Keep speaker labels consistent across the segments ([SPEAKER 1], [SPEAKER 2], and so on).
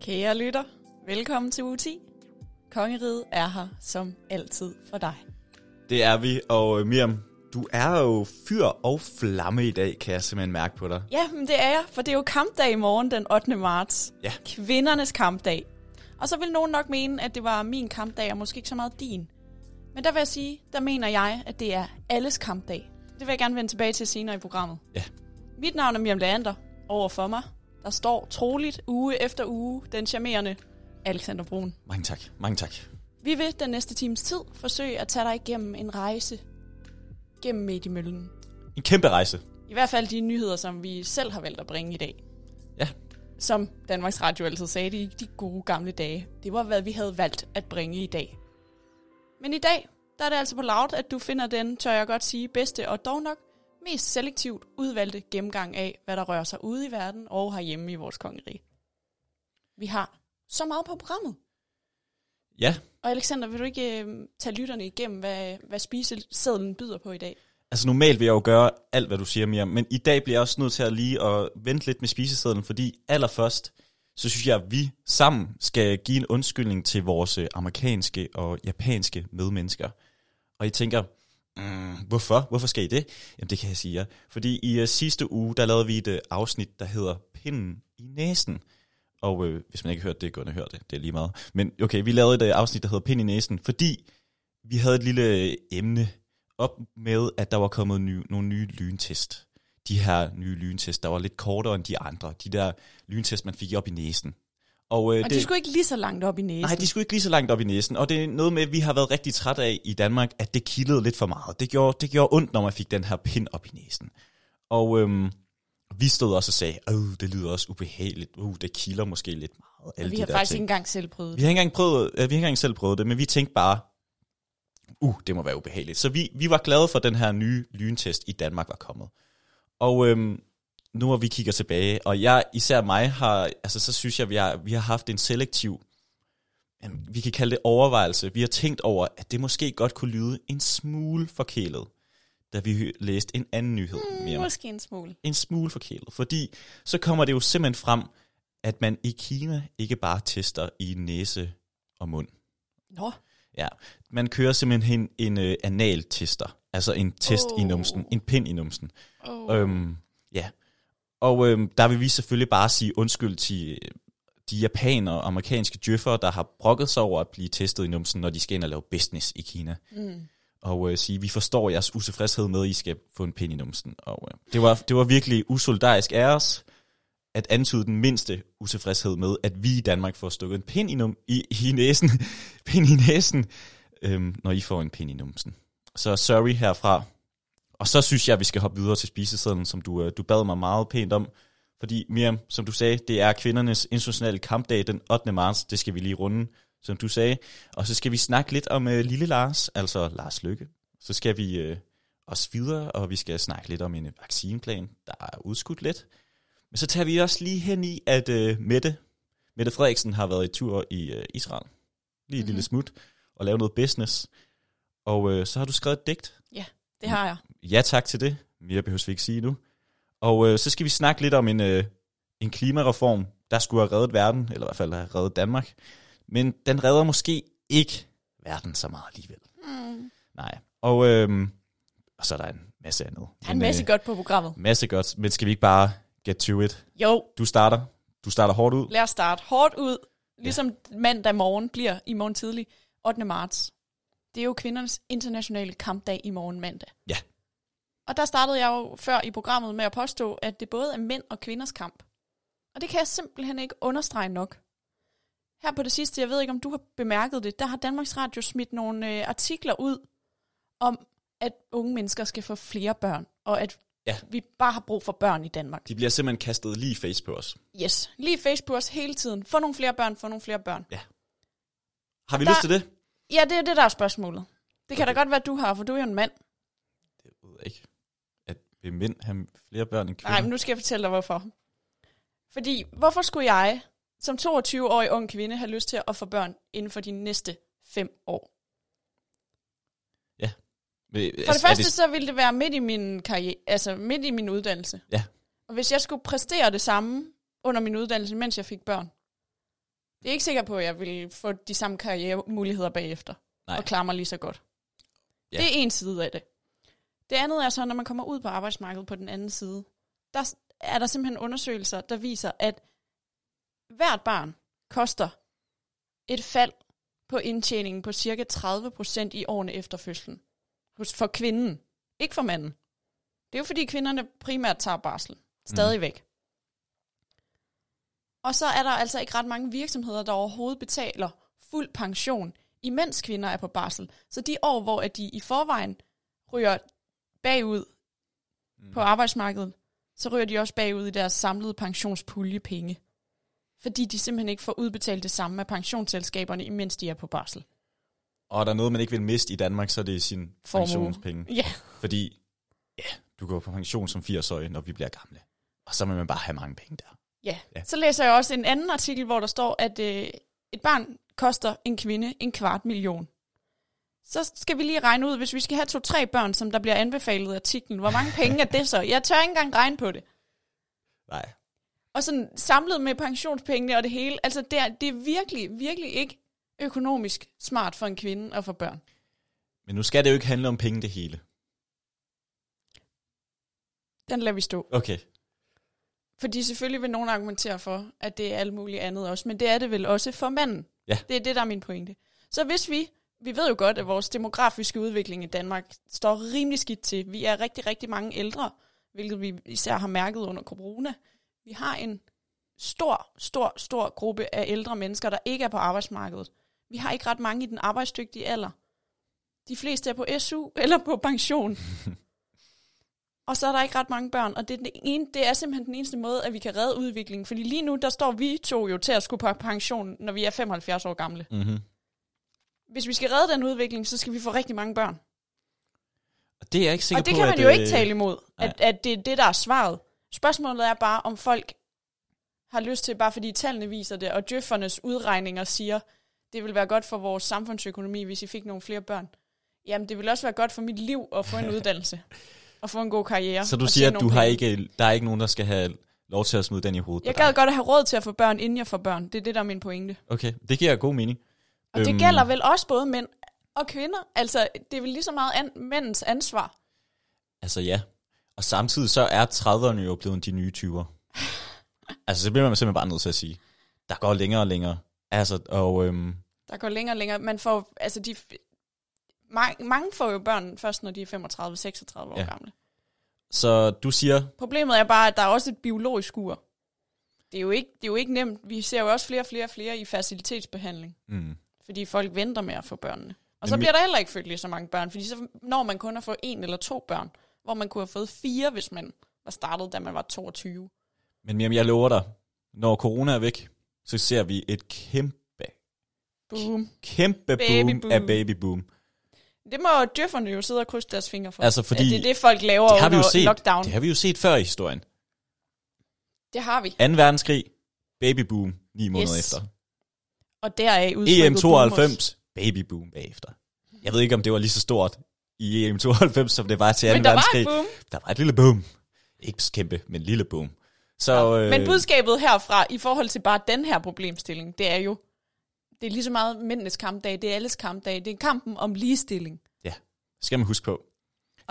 [SPEAKER 1] Kære lytter, velkommen til uge 10. Kongeriget er her som altid for dig.
[SPEAKER 2] Det er vi, og øh, Miriam, du er jo fyr og flamme i dag, kan jeg simpelthen mærke på dig.
[SPEAKER 1] Ja, men det er jeg, for det er jo kampdag i morgen den 8. marts.
[SPEAKER 2] Ja.
[SPEAKER 1] Kvindernes kampdag. Og så vil nogen nok mene, at det var min kampdag, og måske ikke så meget din. Men der vil jeg sige, der mener jeg, at det er alles kampdag. Det vil jeg gerne vende tilbage til senere i programmet.
[SPEAKER 2] Ja.
[SPEAKER 1] Mit navn er Miriam Leander. Over for mig, der står troligt uge efter uge den charmerende Alexander Brun.
[SPEAKER 2] Mange tak, mange tak.
[SPEAKER 1] Vi vil den næste times tid forsøge at tage dig igennem en rejse gennem mediemøllen.
[SPEAKER 2] En kæmpe rejse.
[SPEAKER 1] I hvert fald de nyheder, som vi selv har valgt at bringe i dag.
[SPEAKER 2] Ja.
[SPEAKER 1] Som Danmarks Radio altid sagde det i de gode gamle dage. Det var, hvad vi havde valgt at bringe i dag. Men i dag, der er det altså på loud, at du finder den, tør jeg godt sige, bedste og dog nok mest selektivt udvalgte gennemgang af, hvad der rører sig ude i verden og herhjemme i vores kongerige. Vi har så meget på programmet.
[SPEAKER 2] Ja,
[SPEAKER 1] Og Alexander, vil du ikke øh, tage lytterne igennem, hvad, hvad spisesedlen byder på i dag?
[SPEAKER 2] altså normalt vil jeg jo gøre alt, hvad du siger, Miriam, men i dag bliver jeg også nødt til at lige at vente lidt med spisesedlen, fordi allerførst, så synes jeg, at vi sammen skal give en undskyldning til vores øh, amerikanske og japanske medmennesker. Og I tænker, mm, hvorfor? Hvorfor skal I det? Jamen det kan jeg sige jer. Fordi i uh, sidste uge, der lavede vi et uh, afsnit, der hedder Pinden i næsen. Og øh, hvis man ikke har hørt det, gå ind og hør det. Det er lige meget. Men okay, vi lavede et øh, afsnit, der hedder Pind i næsen, fordi vi havde et lille øh, emne op med, at der var kommet nye, nogle nye lyntest. De her nye lyntest, der var lidt kortere end de andre. De der lyntest, man fik op i næsen. Og, øh,
[SPEAKER 1] Og det... de skulle ikke lige så langt op i næsen.
[SPEAKER 2] Nej, de skulle ikke lige så langt op i næsen, og det er noget med, at vi har været rigtig træt af i Danmark, at det kildede lidt for meget. Det gjorde, det gjorde ondt, når man fik den her pind op i næsen. Og øhm, vi stod også og sagde, at det lyder også ubehageligt, uh, det kilder måske lidt meget. Alle
[SPEAKER 1] Og vi
[SPEAKER 2] de
[SPEAKER 1] har
[SPEAKER 2] der
[SPEAKER 1] faktisk
[SPEAKER 2] ting.
[SPEAKER 1] ikke engang selv prøvet
[SPEAKER 2] Vi
[SPEAKER 1] det.
[SPEAKER 2] har ikke engang prøvet, øh, vi har ikke engang selv prøvet det, men vi tænkte bare, uh, det må være ubehageligt. Så vi, vi var glade for, at den her nye lyntest i Danmark var kommet. Og øhm, nu hvor vi kigger tilbage, og jeg, især mig, har, altså så synes jeg, vi har, vi har haft en selektiv, jamen, vi kan kalde det overvejelse. Vi har tænkt over, at det måske godt kunne lyde en smule forkælet, da vi hø- læste en anden nyhed.
[SPEAKER 1] Mm,
[SPEAKER 2] Miriam
[SPEAKER 1] måske en smule.
[SPEAKER 2] en smule forkælet, fordi så kommer det jo simpelthen frem, at man i Kina ikke bare tester i næse og mund.
[SPEAKER 1] Nå,
[SPEAKER 2] Ja, man kører simpelthen en, en øh, anal-tester, altså en test oh. i
[SPEAKER 1] Oh.
[SPEAKER 2] numsen, en pind i numsen.
[SPEAKER 1] oh.
[SPEAKER 2] Oh. Øhm, ja, og øhm, der vil vi selvfølgelig bare sige undskyld til øh, de japanere og amerikanske djøffere, der har brokket sig over at blive testet i numsen, når de skal ind og lave business i Kina.
[SPEAKER 1] Mm.
[SPEAKER 2] Og øh, sige, vi forstår jeres utilfredshed med, at I skal få en pind i numsen. Og øh, det, var, det var virkelig usolidarisk af os, at antyde den mindste utilfredshed med, at vi i Danmark får stukket en pind i, num- i, i næsen, pind i næsen øhm, når I får en pind i numsen. Så sorry herfra. Og så synes jeg, at vi skal hoppe videre til spisesedlen, som du, øh, du bad mig meget pænt om. Fordi Miriam, som du sagde, det er kvindernes internationale kampdag den 8. marts. Det skal vi lige runde, som du sagde. Og så skal vi snakke lidt om øh, lille Lars, altså Lars Lykke. Så skal vi øh, også videre, og vi skal snakke lidt om en øh, vaccineplan, der er udskudt lidt. Men så tager vi også lige hen i, at øh, Mette, Mette Frederiksen har været i tur i øh, Israel. Lige et mm-hmm.
[SPEAKER 1] Mhm.
[SPEAKER 2] lille smut og lave noget business. Og øh, så har du skrevet et digt.
[SPEAKER 1] Det har jeg.
[SPEAKER 2] Ja tak til det. Mere behøver vi ikke sige nu. Og øh, så skal vi snakke lidt om en, øh, en klimareform, der skulle have reddet verden, eller i hvert fald have reddet Danmark. Men den redder måske ikke verden så meget alligevel.
[SPEAKER 1] Mm.
[SPEAKER 2] Nej. Og, øh, og så er der en masse andet.
[SPEAKER 1] Der er en masse
[SPEAKER 2] øh,
[SPEAKER 1] godt på programmet.
[SPEAKER 2] masse godt. Men skal vi ikke bare get to it?
[SPEAKER 1] Jo,
[SPEAKER 2] Du starter. Du starter hårdt ud.
[SPEAKER 1] lad os starte hårdt ud, ligesom mandag morgen bliver i morgen tidlig, 8. marts. Det er jo kvindernes internationale kampdag i morgen mandag.
[SPEAKER 2] Ja.
[SPEAKER 1] Og der startede jeg jo før i programmet med at påstå, at det både er mænd og kvinders kamp. Og det kan jeg simpelthen ikke understrege nok. Her på det sidste, jeg ved ikke om du har bemærket det, der har Danmarks Radio smidt nogle øh, artikler ud om, at unge mennesker skal få flere børn, og at
[SPEAKER 2] Ja.
[SPEAKER 1] vi bare har brug for børn i Danmark.
[SPEAKER 2] De bliver simpelthen kastet lige i face på os.
[SPEAKER 1] Yes, lige Facebook os hele tiden. Få nogle flere børn, få nogle flere børn.
[SPEAKER 2] Har vi
[SPEAKER 1] Der-
[SPEAKER 2] lyst til det?
[SPEAKER 1] Ja, det er det, der er spørgsmålet. Det kan
[SPEAKER 2] Okay.
[SPEAKER 1] da godt være, du har, for du er jo en mand.
[SPEAKER 2] Det ved jeg ikke. At vil mænd have flere børn end kvinder?
[SPEAKER 1] Nej, men nu skal jeg fortælle dig, hvorfor. Fordi, hvorfor skulle jeg som 22-årig ung kvinde have lyst til at få børn inden for de næste fem år?
[SPEAKER 2] Vil-
[SPEAKER 1] For det
[SPEAKER 2] altså, er
[SPEAKER 1] første, så ville det være midt i min karriere, altså midt i min uddannelse.
[SPEAKER 2] Ja.
[SPEAKER 1] Og hvis jeg skulle præstere det samme under min uddannelse, mens jeg fik børn, Det er ikke sikker på, at jeg vil få de samme karrieremuligheder bagefter.
[SPEAKER 2] Nej.
[SPEAKER 1] Og klare mig lige så godt.
[SPEAKER 2] Ja.
[SPEAKER 1] Ja. Det er en side af det. Det andet er så, når man kommer ud på arbejdsmarkedet på den anden side, der s- er der simpelthen undersøgelser, der viser, at hvert barn koster et fald på indtjeningen på cirka 30% i årene efter fødslen. Hos- For kvinden, ikke for manden. Det er jo fordi kvinderne primært tager barsel. Stadigvæk. Mm. Og så er der altså ikke ret mange virksomheder, der overhovedet betaler fuld pension, imens kvinder er på barsel. Så de år, hvor at de i forvejen ryger bagud mm. på arbejdsmarkedet, så ryger de også bagud i deres samlede pensionspuljepenge. Fordi de simpelthen ikke får udbetalt det samme af pensionsselskaberne, imens de er på barsel.
[SPEAKER 2] Og er der noget, man ikke vil miste i Danmark, så er det sin
[SPEAKER 1] Formue.
[SPEAKER 2] pensionspenge.
[SPEAKER 1] Ja,
[SPEAKER 2] Fordi, ja, du går på pension som 80-årig, når vi bliver gamle. Og så vil man bare have mange penge der.
[SPEAKER 1] ja.
[SPEAKER 2] Ja.
[SPEAKER 1] ja. Så læser jeg også en anden artikel, hvor der står, at øh, et barn koster en kvinde en kvart million. Så skal vi lige regne ud, hvis vi skal have to-tre børn, som der bliver anbefalet i artiklen, hvor mange penge er det så? Jeg tør ikke engang regne på det.
[SPEAKER 2] Nej.
[SPEAKER 1] Og sådan samlet med pensionspengene og det hele, altså det er, det er virkelig, virkelig ikke økonomisk smart for en kvinde og for børn.
[SPEAKER 2] Men nu skal det jo ikke handle om penge det hele.
[SPEAKER 1] Den lader vi stå.
[SPEAKER 2] Okay.
[SPEAKER 1] Fordi selvfølgelig vil nogen argumentere for, at det er alt muligt andet også, men det er det vel også for manden.
[SPEAKER 2] Ja.
[SPEAKER 1] Det er det, der er min pointe. Så hvis vi, vi ved jo godt, at vores demografiske udvikling i Danmark står rimelig skidt til. Vi er rigtig, rigtig mange ældre, hvilket vi især har mærket under corona. Vi har en stor, stor, stor gruppe af ældre mennesker, der ikke er på arbejdsmarkedet. Vi har ikke ret mange i den arbejdsdygtige alder. De fleste er på SU eller på pension. Og så er der ikke ret mange børn, og det er, den ene, det er simpelthen den eneste måde, at vi kan redde udviklingen. Fordi lige nu, der står vi to jo til at skulle på pension, når vi er 75 år gamle.
[SPEAKER 2] Mm-hmm.
[SPEAKER 1] Hvis vi skal redde den udvikling, så skal vi få rigtig mange børn.
[SPEAKER 2] Og det er jeg ikke sikker
[SPEAKER 1] Og det
[SPEAKER 2] på,
[SPEAKER 1] kan man
[SPEAKER 2] at,
[SPEAKER 1] jo
[SPEAKER 2] øh,
[SPEAKER 1] ikke tale imod,
[SPEAKER 2] nej.
[SPEAKER 1] at, at det er det, der er svaret. Spørgsmålet er bare, om folk har lyst til, bare fordi tallene viser det, og djøffernes udregninger siger, det vil være godt for vores samfundsøkonomi, hvis I fik nogle flere børn. Jamen, det vil også være godt for mit liv at få en uddannelse, og få en god karriere.
[SPEAKER 2] Så du
[SPEAKER 1] og
[SPEAKER 2] siger,
[SPEAKER 1] tjene
[SPEAKER 2] at du
[SPEAKER 1] nogle
[SPEAKER 2] har
[SPEAKER 1] penge.
[SPEAKER 2] ikke, der er ikke nogen, der skal have lov til at smide den i hovedet
[SPEAKER 1] Jeg
[SPEAKER 2] på dig.
[SPEAKER 1] gad godt at have råd til at få børn, inden jeg får børn. Det er det, der er min pointe.
[SPEAKER 2] Okay, det giver god mening.
[SPEAKER 1] Og
[SPEAKER 2] Øhm.
[SPEAKER 1] det gælder vel også både mænd og kvinder. Altså, det er vel lige så meget an- mændens ansvar.
[SPEAKER 2] Altså ja. Og samtidig så er 30'erne jo blevet de nye 20'er. altså det bliver man simpelthen bare nødt til at sige. Der går længere og længere. Altså, og øhm,
[SPEAKER 1] Der går længere og længere. Man får, altså de, mange, mange får jo børn først, når de er 35-36 år
[SPEAKER 2] Ja.
[SPEAKER 1] ja. gamle.
[SPEAKER 2] så du siger,
[SPEAKER 1] Problemet er bare, at der er også et biologisk ur. Det er, jo ikke, det er jo ikke nemt. Vi ser jo også flere og flere og flere i facilitetsbehandling,
[SPEAKER 2] mm,
[SPEAKER 1] fordi folk venter med at få børnene. Og så
[SPEAKER 2] Jamen,
[SPEAKER 1] bliver der heller ikke født lige så mange børn, fordi så når man kun at få en eller to børn, hvor man kunne have fået fire, hvis man var startet, da man var 22.
[SPEAKER 2] men Miriam, jeg lover dig, når corona er væk, så ser vi et kæmpe,
[SPEAKER 1] Boom.
[SPEAKER 2] kæmpe
[SPEAKER 1] Baby
[SPEAKER 2] boom,
[SPEAKER 1] boom.
[SPEAKER 2] af babyboom.
[SPEAKER 1] Det må djøfferne jo sidde og krydse deres fingre for.
[SPEAKER 2] Altså, fordi
[SPEAKER 1] at det er det, folk laver
[SPEAKER 2] Det har, vi
[SPEAKER 1] under
[SPEAKER 2] jo set,
[SPEAKER 1] lockdown.
[SPEAKER 2] det har vi jo set før i historien.
[SPEAKER 1] Det har vi.
[SPEAKER 2] 2. verdenskrig, babyboom, ni måneder
[SPEAKER 1] Yes.
[SPEAKER 2] efter.
[SPEAKER 1] Og deraf
[SPEAKER 2] E
[SPEAKER 1] udtrykket boomers.
[SPEAKER 2] EM92, babyboom bagefter. Jeg ved ikke, om det var lige så stort i EM92, som det var til 2.
[SPEAKER 1] Men der var
[SPEAKER 2] verdenskrig.
[SPEAKER 1] et boom.
[SPEAKER 2] Der var et lille boom. Ikke så kæmpe, men et lille boom. Så, øh,
[SPEAKER 1] Men budskabet herfra, i forhold til bare den her problemstilling, det er jo, det er lige så meget mændenes kampdag, det er alles kampdag, det er kampen om ligestilling.
[SPEAKER 2] ja, skal man huske på.
[SPEAKER 1] Og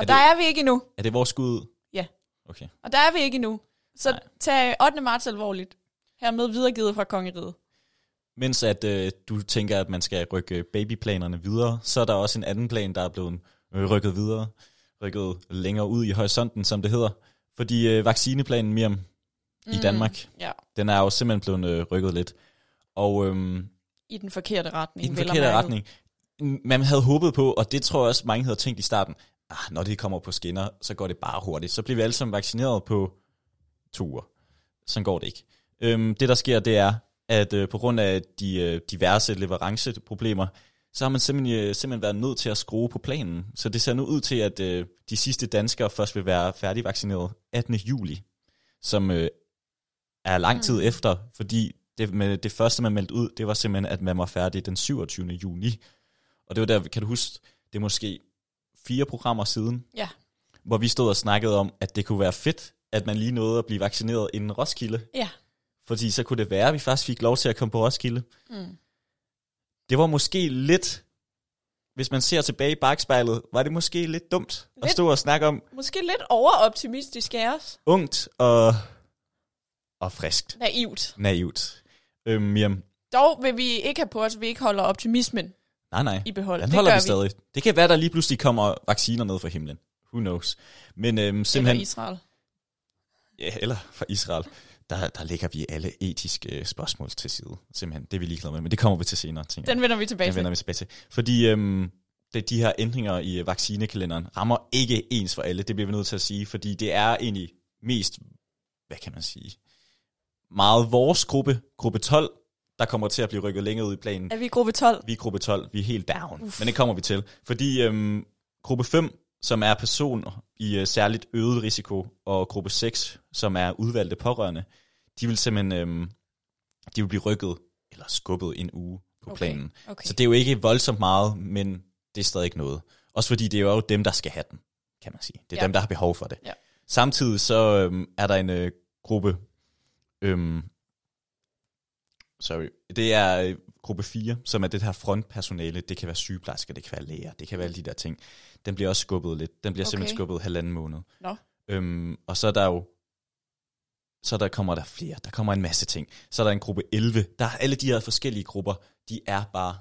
[SPEAKER 2] Er
[SPEAKER 1] der
[SPEAKER 2] det-
[SPEAKER 1] er vi ikke endnu.
[SPEAKER 2] Er det vores skud?
[SPEAKER 1] Ja.
[SPEAKER 2] Okay.
[SPEAKER 1] Og der er vi ikke endnu. Så
[SPEAKER 2] Nej.
[SPEAKER 1] tag 8. marts alvorligt. Hermed videregivet fra kongeriget.
[SPEAKER 2] Mens at øh, du tænker, at man skal rykke babyplanerne videre, så er der også en anden plan, der er blevet øh, rykket videre, rykket længere ud i horisonten, som det hedder. Fordi øh, vaccineplanen, Miriam, mm. i Danmark,
[SPEAKER 1] Ja,
[SPEAKER 2] den er jo simpelthen blevet øh, rykket lidt. Og øhm,
[SPEAKER 1] i den forkerte retning.
[SPEAKER 2] i den
[SPEAKER 1] vel at
[SPEAKER 2] forkerte
[SPEAKER 1] mærke.
[SPEAKER 2] retning. Man havde håbet på, og det tror jeg også, mange havde tænkt i starten, ah, når det kommer på skinner, så går det bare hurtigt. Så bliver vi alle sammen vaccineret på to uger. Sådan går det ikke. Øhm, det, der sker, det er, at øh, på grund af de øh, diverse leveranceproblemer, så har man simpelthen, øh, simpelthen været nødt til at skrue på planen. Så det ser nu ud til, at øh, de sidste danskere først vil være færdigvaccineret 18. juli, som øh, er lang tid mm. efter, fordi det, med, det første, man meldte ud, det var simpelthen, at man var færdig den 27. juni. Og det var der, kan du huske, det er måske fire programmer siden,
[SPEAKER 1] Ja.
[SPEAKER 2] hvor vi stod og snakkede om, at det kunne være fedt, at man lige nåede at blive vaccineret inden Roskilde,
[SPEAKER 1] Ja,
[SPEAKER 2] Fordi så kunne det være, at vi faktisk fik lov til at komme på Roskilde.
[SPEAKER 1] Mm.
[SPEAKER 2] Det var måske lidt, hvis man ser tilbage i bagspejlet, var det måske lidt dumt at
[SPEAKER 1] Lidt.
[SPEAKER 2] stå og snakke om
[SPEAKER 1] Måske lidt overoptimistisk af os.
[SPEAKER 2] ungt og, og friskt,
[SPEAKER 1] Naivt.
[SPEAKER 2] naivt. Øhm, jamen,
[SPEAKER 1] Dog vil vi ikke have på os, at vi ikke holder optimismen
[SPEAKER 2] nej nej,
[SPEAKER 1] i behold.
[SPEAKER 2] den
[SPEAKER 1] det
[SPEAKER 2] holder
[SPEAKER 1] gør
[SPEAKER 2] vi stadig. Det kan være, der lige pludselig kommer vacciner ned fra himlen. Who knows. Men
[SPEAKER 1] Simpelthen.
[SPEAKER 2] øhm, simpelthen,
[SPEAKER 1] Israel.
[SPEAKER 2] Ja, eller fra Israel. Der, der lægger vi alle etiske øh, spørgsmål til side. Simpelthen, det er vi ligeglade med, men det kommer vi til senere, tænker
[SPEAKER 1] Den vender vi
[SPEAKER 2] jeg.
[SPEAKER 1] tilbage
[SPEAKER 2] Den
[SPEAKER 1] til.
[SPEAKER 2] vender vi tilbage til. Fordi øhm, det, de her ændringer i øh, vaccinekalenderen rammer ikke ens for alle, det bliver vi nødt til at sige, fordi det er egentlig mest, hvad kan man sige, meget vores gruppe, gruppe 12, der kommer til at blive rykket længere ud i planen.
[SPEAKER 1] Er vi i gruppe 12?
[SPEAKER 2] Vi er gruppe 12, vi er helt down, Uff. men det kommer vi til. Fordi øhm, gruppe 5, som er personer i øh, særligt øget risiko, og gruppe 6, som er udvalgte pårørende, de vil simpelthen øhm, de vil blive rykket eller skubbet en uge på
[SPEAKER 1] Okay,
[SPEAKER 2] okay. planen.
[SPEAKER 1] Okay.
[SPEAKER 2] Så det er jo ikke voldsomt meget, men det er stadig ikke noget. Også fordi det er jo dem, der skal have den, kan man sige. Det er
[SPEAKER 1] Ja.
[SPEAKER 2] ja. dem, der har behov for det.
[SPEAKER 1] Ja.
[SPEAKER 2] Samtidig så øhm, er der en øh, gruppe, øhm, sorry, det er øh, gruppe 4, som er det her frontpersonale. Det kan være sygeplejersker, det kan være læger, det kan være alle de der ting. Den bliver også skubbet lidt. Den bliver okay.
[SPEAKER 1] Okay.
[SPEAKER 2] simpelthen skubbet halvanden måned.
[SPEAKER 1] Nå.
[SPEAKER 2] Øhm, og så er der jo så der kommer der flere, der kommer en masse ting. Så er der en gruppe 11. Der er alle de her forskellige grupper, de er bare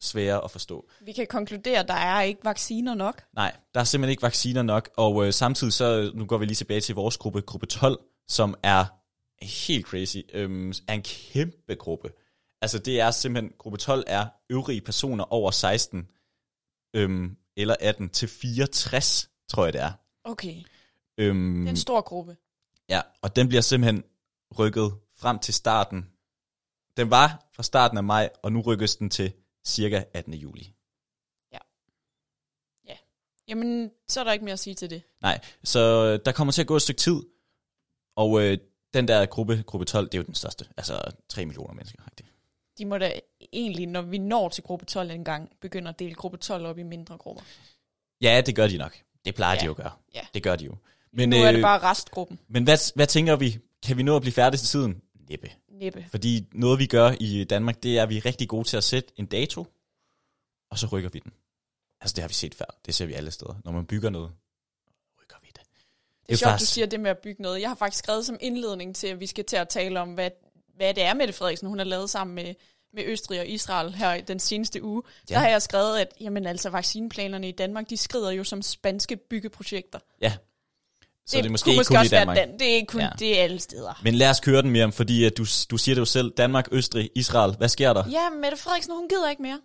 [SPEAKER 2] svære at forstå.
[SPEAKER 1] Vi kan konkludere, at der er ikke vacciner nok.
[SPEAKER 2] Nej, der er simpelthen ikke vacciner nok, og øh, samtidig så, nu går vi lige tilbage til vores gruppe, gruppe 12, som er helt crazy, øhm, er en kæmpe gruppe. Altså det er simpelthen, gruppe 12 er øvrige personer over 16 øhm, eller 18 til 64, tror jeg det er.
[SPEAKER 1] Okay.
[SPEAKER 2] Øhm,
[SPEAKER 1] Det er en stor gruppe.
[SPEAKER 2] Ja, og den bliver simpelthen rykket frem til starten. Den var fra starten af maj, og nu rykkes den til cirka 18. juli.
[SPEAKER 1] Jamen, så er der ikke mere at sige til det.
[SPEAKER 2] Nej, så øh, der kommer til at gå et stykke tid, og øh, den der gruppe, gruppe 12, det er jo den største. Altså 3 millioner mennesker. Rigtig.
[SPEAKER 1] De må da egentlig, når vi når til gruppe 12 en gang, begynde at dele gruppe 12 op i mindre grupper.
[SPEAKER 2] Ja, det gør de nok. Det plejer
[SPEAKER 1] Ja.
[SPEAKER 2] de jo at gøre.
[SPEAKER 1] Ja.
[SPEAKER 2] Det gør de jo. Men,
[SPEAKER 1] Nu er det
[SPEAKER 2] øh,
[SPEAKER 1] bare restgruppen.
[SPEAKER 2] men hvad, hvad tænker vi? Kan vi nå at blive færdige til tiden? Næppe.
[SPEAKER 1] Næppe.
[SPEAKER 2] Fordi noget, vi gør i Danmark, det er, at vi er rigtig gode til at sætte en dato, og så rykker vi den. Altså, det har vi set før. Det ser vi alle steder. Når man bygger noget, rykker vi det.
[SPEAKER 1] Det er sjovt, du siger det med at bygge noget. Jeg har faktisk skrevet som indledning til, at vi skal til at tale om, hvad, hvad det er, Mette Frederiksen, hun har lavet sammen med, med Østrig og Israel her i den seneste uge. Ja.
[SPEAKER 2] Ja.
[SPEAKER 1] Der har jeg skrevet, at jamen, altså, vaccineplanerne i Danmark, de skrider jo som spanske byggeprojekter.
[SPEAKER 2] Ja. Så det, det er måske
[SPEAKER 1] kunne
[SPEAKER 2] ikke kun i
[SPEAKER 1] også være
[SPEAKER 2] Danmark.
[SPEAKER 1] Dan- det er ikke kun, ja.
[SPEAKER 2] Ja.
[SPEAKER 1] det er alle steder.
[SPEAKER 2] Men lad os køre den, Miriam, fordi at du, du siger det jo selv. Danmark, Østrig, Israel. Hvad sker der?
[SPEAKER 1] Ja, Mette Frederiksen, hun gider ikke mere.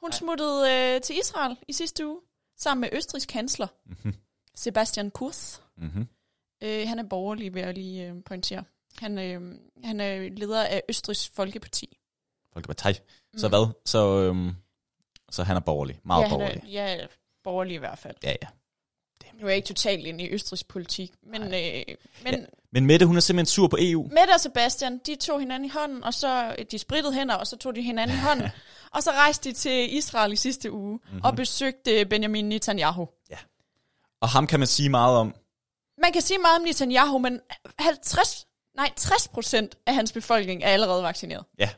[SPEAKER 1] Hun Nej. smuttede øh, til Israel i sidste uge, sammen med Østrigs kansler,
[SPEAKER 2] Mhm.
[SPEAKER 1] Sebastian Kurz.
[SPEAKER 2] Mm-hmm.
[SPEAKER 1] Øh, han er borgerlig, vil jeg lige øh, pointere. Han, øh, han er leder af Østrigs Folkeparti.
[SPEAKER 2] Folkeparti. Så
[SPEAKER 1] Mm.
[SPEAKER 2] mm. hvad? Så, øhm, så han er borgerlig. Meget
[SPEAKER 1] ja,
[SPEAKER 2] borgerlig.
[SPEAKER 1] Han er, ja, borgerlig i hvert fald.
[SPEAKER 2] Ja, ja.
[SPEAKER 1] Nu er jeg ikke totalt inde i Østrigs politik, men, øh, men ja.
[SPEAKER 2] Men Mette, hun er simpelthen sur på E EU.
[SPEAKER 1] Mette og Sebastian, de tog hinanden i hånden, og så øh, de sprittede hænder, og så tog de hinanden i hånden. og så rejste de til Israel i sidste uge mm-hmm.
[SPEAKER 2] Mhm.
[SPEAKER 1] og besøgte Benjamin Netanyahu.
[SPEAKER 2] Og ham kan man sige meget om.
[SPEAKER 1] Man kan sige meget om Netanyahu, men 50, nej, 60 procent af hans befolkning er allerede vaccineret.
[SPEAKER 2] Ja.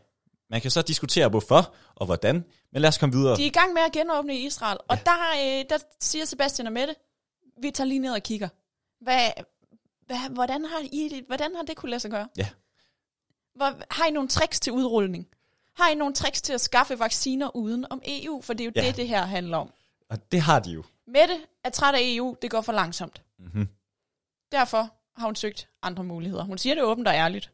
[SPEAKER 2] Man kan så diskutere, hvorfor og hvordan. Men lad os komme videre.
[SPEAKER 1] De er i gang med at genåbne i Israel, og ja. der, øh, der siger Sebastian og Mette, vi tager lige ned og kigger. Hvad, hvad, hvordan, har I, hvordan har det kunne lade sig gøre?
[SPEAKER 2] Ja.
[SPEAKER 1] Hvor, har I nogle tricks til udrulning? Har I nogle tricks til at skaffe vacciner uden om EU? For det er jo ja.
[SPEAKER 2] Ja.
[SPEAKER 1] det, det her handler om.
[SPEAKER 2] Og det har de jo.
[SPEAKER 1] Mette er træt af EU, det går for langsomt.
[SPEAKER 2] Mhm.
[SPEAKER 1] Derfor har hun søgt andre muligheder. Hun siger det åbent og ærligt,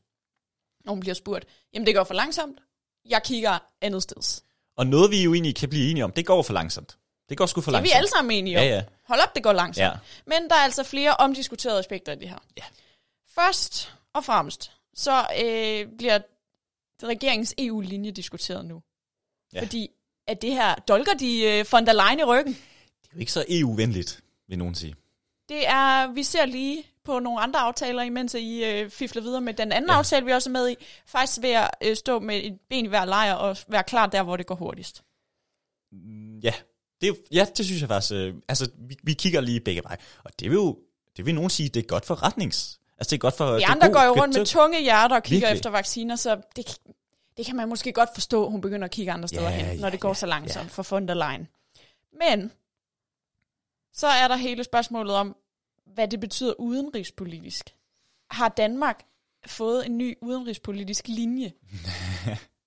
[SPEAKER 1] når hun bliver spurgt. Jamen, det går for langsomt. Jeg kigger andet steds.
[SPEAKER 2] Og noget, vi jo egentlig kan blive enige om, det går for langsomt. Det går sgu for
[SPEAKER 1] Det er
[SPEAKER 2] langsomt.
[SPEAKER 1] vi alle sammen enige om.
[SPEAKER 2] Ja, ja.
[SPEAKER 1] Hold op, det går langsomt.
[SPEAKER 2] Ja.
[SPEAKER 1] Men der er altså flere omdiskuterede aspekter i det her.
[SPEAKER 2] Ja.
[SPEAKER 1] Først og fremmest, så øh, bliver regeringens EU-linje diskuteret nu.
[SPEAKER 2] Ja.
[SPEAKER 1] Fordi at det her, dolker de øh, von der Leyen i ryggen?
[SPEAKER 2] Det er jo ikke så EU-venligt, vil nogen sige.
[SPEAKER 1] Det er, vi ser lige på nogle andre aftaler, imens I øh, fifler videre med den anden ja.
[SPEAKER 2] Ja.
[SPEAKER 1] aftale, vi også er med i. Faktisk ved at øh, stå med et ben i hver lejr og være klar der, hvor det går hurtigst.
[SPEAKER 2] Mm, Ja, det, er jo- ja, det synes jeg faktisk. Øh, altså, vi, vi kigger lige begge veje. Og det vil jo, det vil nogen sige, det er godt forretnings. Altså, det er godt for...
[SPEAKER 1] Vi
[SPEAKER 2] det er
[SPEAKER 1] andre
[SPEAKER 2] god-
[SPEAKER 1] går jo rundt med
[SPEAKER 2] det-
[SPEAKER 1] tunge hjerter og kigger
[SPEAKER 2] Virkelig.
[SPEAKER 1] efter vacciner, så det, det kan man måske godt forstå, hun begynder at kigge andre steder
[SPEAKER 2] Ja,
[SPEAKER 1] hen, når
[SPEAKER 2] ja,
[SPEAKER 1] det går
[SPEAKER 2] ja,
[SPEAKER 1] så langsomt for von der Leyen. Men så er der hele spørgsmålet om, hvad det betyder udenrigspolitisk. Har Danmark fået en ny udenrigspolitisk linje?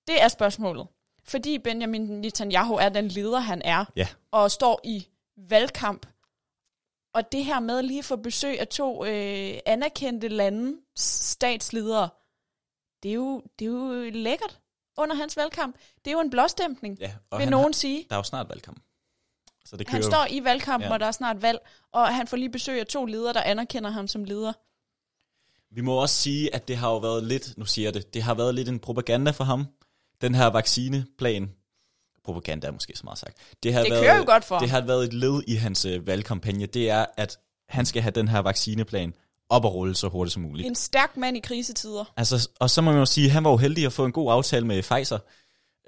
[SPEAKER 1] det er spørgsmålet. Fordi Benjamin Netanyahu er den leder, han er,
[SPEAKER 2] Ja.
[SPEAKER 1] og står i valgkamp. Og det her med lige at få besøg af to øh, anerkendte landes statsledere, det er, jo, det er jo lækkert under hans valgkamp. Det er jo en blåstempling,
[SPEAKER 2] Ja,
[SPEAKER 1] ja,
[SPEAKER 2] og
[SPEAKER 1] vil
[SPEAKER 2] han
[SPEAKER 1] nogen
[SPEAKER 2] har,
[SPEAKER 1] sige.
[SPEAKER 2] der er jo snart valgkamp. Så det kører
[SPEAKER 1] Han
[SPEAKER 2] jo.
[SPEAKER 1] står i valgkampen,
[SPEAKER 2] Ja.
[SPEAKER 1] ja. og der er snart valg, og han får lige besøg af to ledere, der anerkender ham som leder.
[SPEAKER 2] Vi må også sige, at det har jo været lidt, nu siger jeg det, det har været lidt en propaganda for ham. Den her vaccineplan. Propaganda er måske så meget sagt. har
[SPEAKER 1] Det
[SPEAKER 2] været,
[SPEAKER 1] kører jo godt for
[SPEAKER 2] Det
[SPEAKER 1] ham.
[SPEAKER 2] har været et led i hans øh, valgkampagne. Det er, at han skal have den her vaccineplan op og rulle så hurtigt som muligt.
[SPEAKER 1] En stærk mand i krisetider.
[SPEAKER 2] Altså, og så må man jo sige, at han var jo heldig at få en god aftale med Pfizer.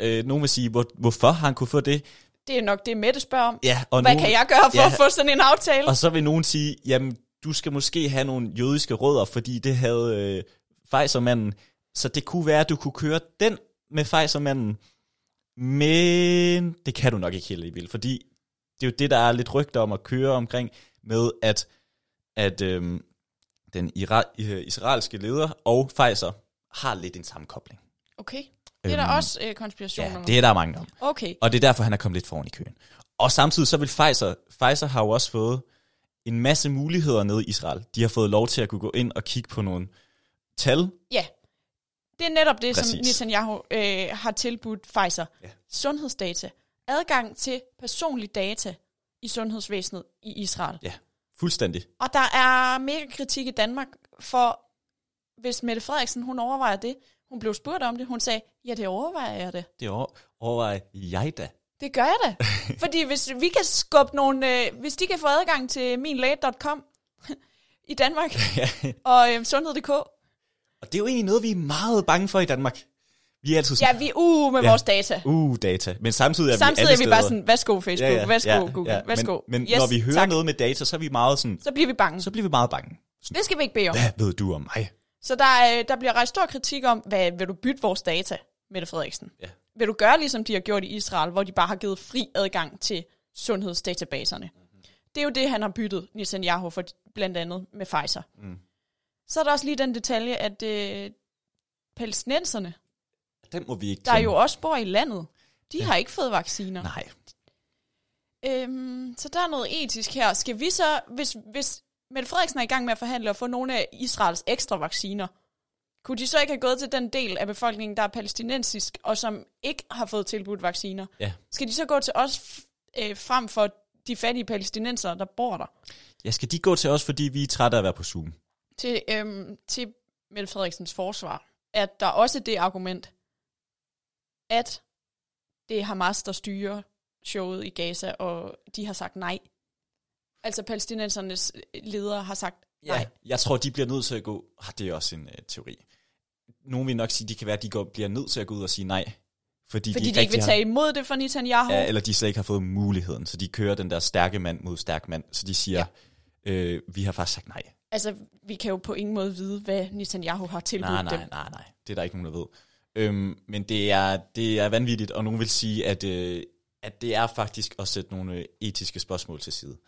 [SPEAKER 2] Øh, nogen vil sige, hvor, hvorfor har han kunne få det?
[SPEAKER 1] Det er nok det, Mette spørger om.
[SPEAKER 2] Ja, og
[SPEAKER 1] Hvad
[SPEAKER 2] nogen,
[SPEAKER 1] kan jeg gøre for
[SPEAKER 2] Ja.
[SPEAKER 1] ja. at få sådan en aftale?
[SPEAKER 2] Og så vil nogen sige, jamen, du skal måske have nogle jødiske rødder, fordi det havde øh, Pfizer-manden. Så det kunne være, at du kunne køre den med Pfizer-manden. Men det kan du nok ikke helt alligevel, fordi det er jo det, der er lidt rygter om at køre omkring med, at, at øhm, den ira- øh, israelske leder og Pfizer har lidt en sammenkobling.
[SPEAKER 1] Okay, det er der
[SPEAKER 2] Øhm,
[SPEAKER 1] også øh, konspirationer
[SPEAKER 2] Ja,
[SPEAKER 1] om.
[SPEAKER 2] det er der mange om.
[SPEAKER 1] Okay,
[SPEAKER 2] Og det er derfor, han er kommet lidt foran i køen. Og samtidig så vil Pfizer, Pfizer har jo også fået en masse muligheder nede i Israel. De har fået lov til at kunne gå ind og kigge på nogle tal.
[SPEAKER 1] ja. Det er netop det, Præcis. som
[SPEAKER 2] Præcis.
[SPEAKER 1] Netanyahu øh, har tilbudt Pfizer.
[SPEAKER 2] Ja.
[SPEAKER 1] Ja. Sundhedsdata. Adgang til personlig data i sundhedsvæsenet i Israel.
[SPEAKER 2] Ja, fuldstændig.
[SPEAKER 1] Og der er mega kritik i Danmark for, hvis Mette Frederiksen hun overvejer det. Hun blev spurgt om det. Hun sagde, ja, det overvejer jeg det.
[SPEAKER 2] Det over, overvejer jeg da.
[SPEAKER 1] Det gør jeg da. Fordi hvis vi kan skubbe nogle, øh, hvis de kan få adgang til minlæge.com i Danmark og øh, sundhed.dk.
[SPEAKER 2] og det er jo egentlig noget, vi er meget bange for i Danmark. Vi er altid sådan,
[SPEAKER 1] Ja, vi er uge med
[SPEAKER 2] Ja.
[SPEAKER 1] ja. vores data.
[SPEAKER 2] ja. uh, data. Men samtidig er vi
[SPEAKER 1] Samtidig
[SPEAKER 2] alle
[SPEAKER 1] er vi bare
[SPEAKER 2] steder.
[SPEAKER 1] sådan, værsgo Facebook, ja, ja, værsgo ja, Google, ja, værsgo.
[SPEAKER 2] Men, men yes, når vi hører tak. noget med data, så er vi meget sådan,
[SPEAKER 1] så bliver vi bange.
[SPEAKER 2] så bliver vi meget bange. Sådan,
[SPEAKER 1] Det skal vi ikke bede om.
[SPEAKER 2] Hvad ved du om mig?
[SPEAKER 1] Så der, er- der bliver ret stor kritik om, hvad vil du bytte vores data, Mette Frederiksen?
[SPEAKER 2] Ja.
[SPEAKER 1] Vil du gøre, ligesom de har gjort i Israel, hvor de bare har givet fri adgang til sundhedsdatabaserne?
[SPEAKER 2] Mhm.
[SPEAKER 1] Det er jo det, han har byttet Netanyahu for, blandt andet med Pfizer. Mm. Så er der også lige den detalje, at øh, palæstinenserne,
[SPEAKER 2] Den må vi ikke
[SPEAKER 1] der
[SPEAKER 2] glemme.
[SPEAKER 1] jo også bor i landet, de ja. har ikke fået vacciner.
[SPEAKER 2] Nej,
[SPEAKER 1] Øhm, så der er noget etisk her. Skal vi så, hvis, hvis Mette Frederiksen er i gang med at forhandle og få nogle af Israels ekstra vacciner, kunne de så ikke have gået til den del af befolkningen, der er palæstinensisk, og som ikke har fået tilbudt vacciner?
[SPEAKER 2] ja.
[SPEAKER 1] Skal de så gå til os f- øh, frem for de fattige palæstinenser, der bor der?
[SPEAKER 2] Ja, skal de gå til os, fordi vi er trætte af at være på Zoom?
[SPEAKER 1] Til, øhm, til Mette Frederiksens forsvar, at der også er det argument, at det er Hamas, der styrer showet i Gaza, og de har sagt nej. Altså palæstinensernes øh, ledere har sagt nej.
[SPEAKER 2] Ja, jeg tror, de bliver nødt til at gå... Ah, det er også en øh, teori. Nogen vil nok sige, det kan være, at de går, bliver nødt til at gå ud og sige nej.
[SPEAKER 1] Fordi
[SPEAKER 2] Fordi,
[SPEAKER 1] de, de ikke vil
[SPEAKER 2] rigtig
[SPEAKER 1] tage imod det fra Netanyahu.
[SPEAKER 2] har, ja, eller de slet ikke har fået muligheden. Så de kører den der stærke mand mod stærk mand. Så de siger, ja. øh, vi har faktisk sagt nej.
[SPEAKER 1] Altså, vi kan jo på ingen måde vide, hvad Netanyahu har tilbudt
[SPEAKER 2] Nej, nej,
[SPEAKER 1] dem.
[SPEAKER 2] nej, nej. Det er der ikke nogen, der ved. Øhm, men det er, det er vanvittigt, og nogen vil sige, at, øh, at det er faktisk at sætte nogle øh, etiske spørgsmål til side.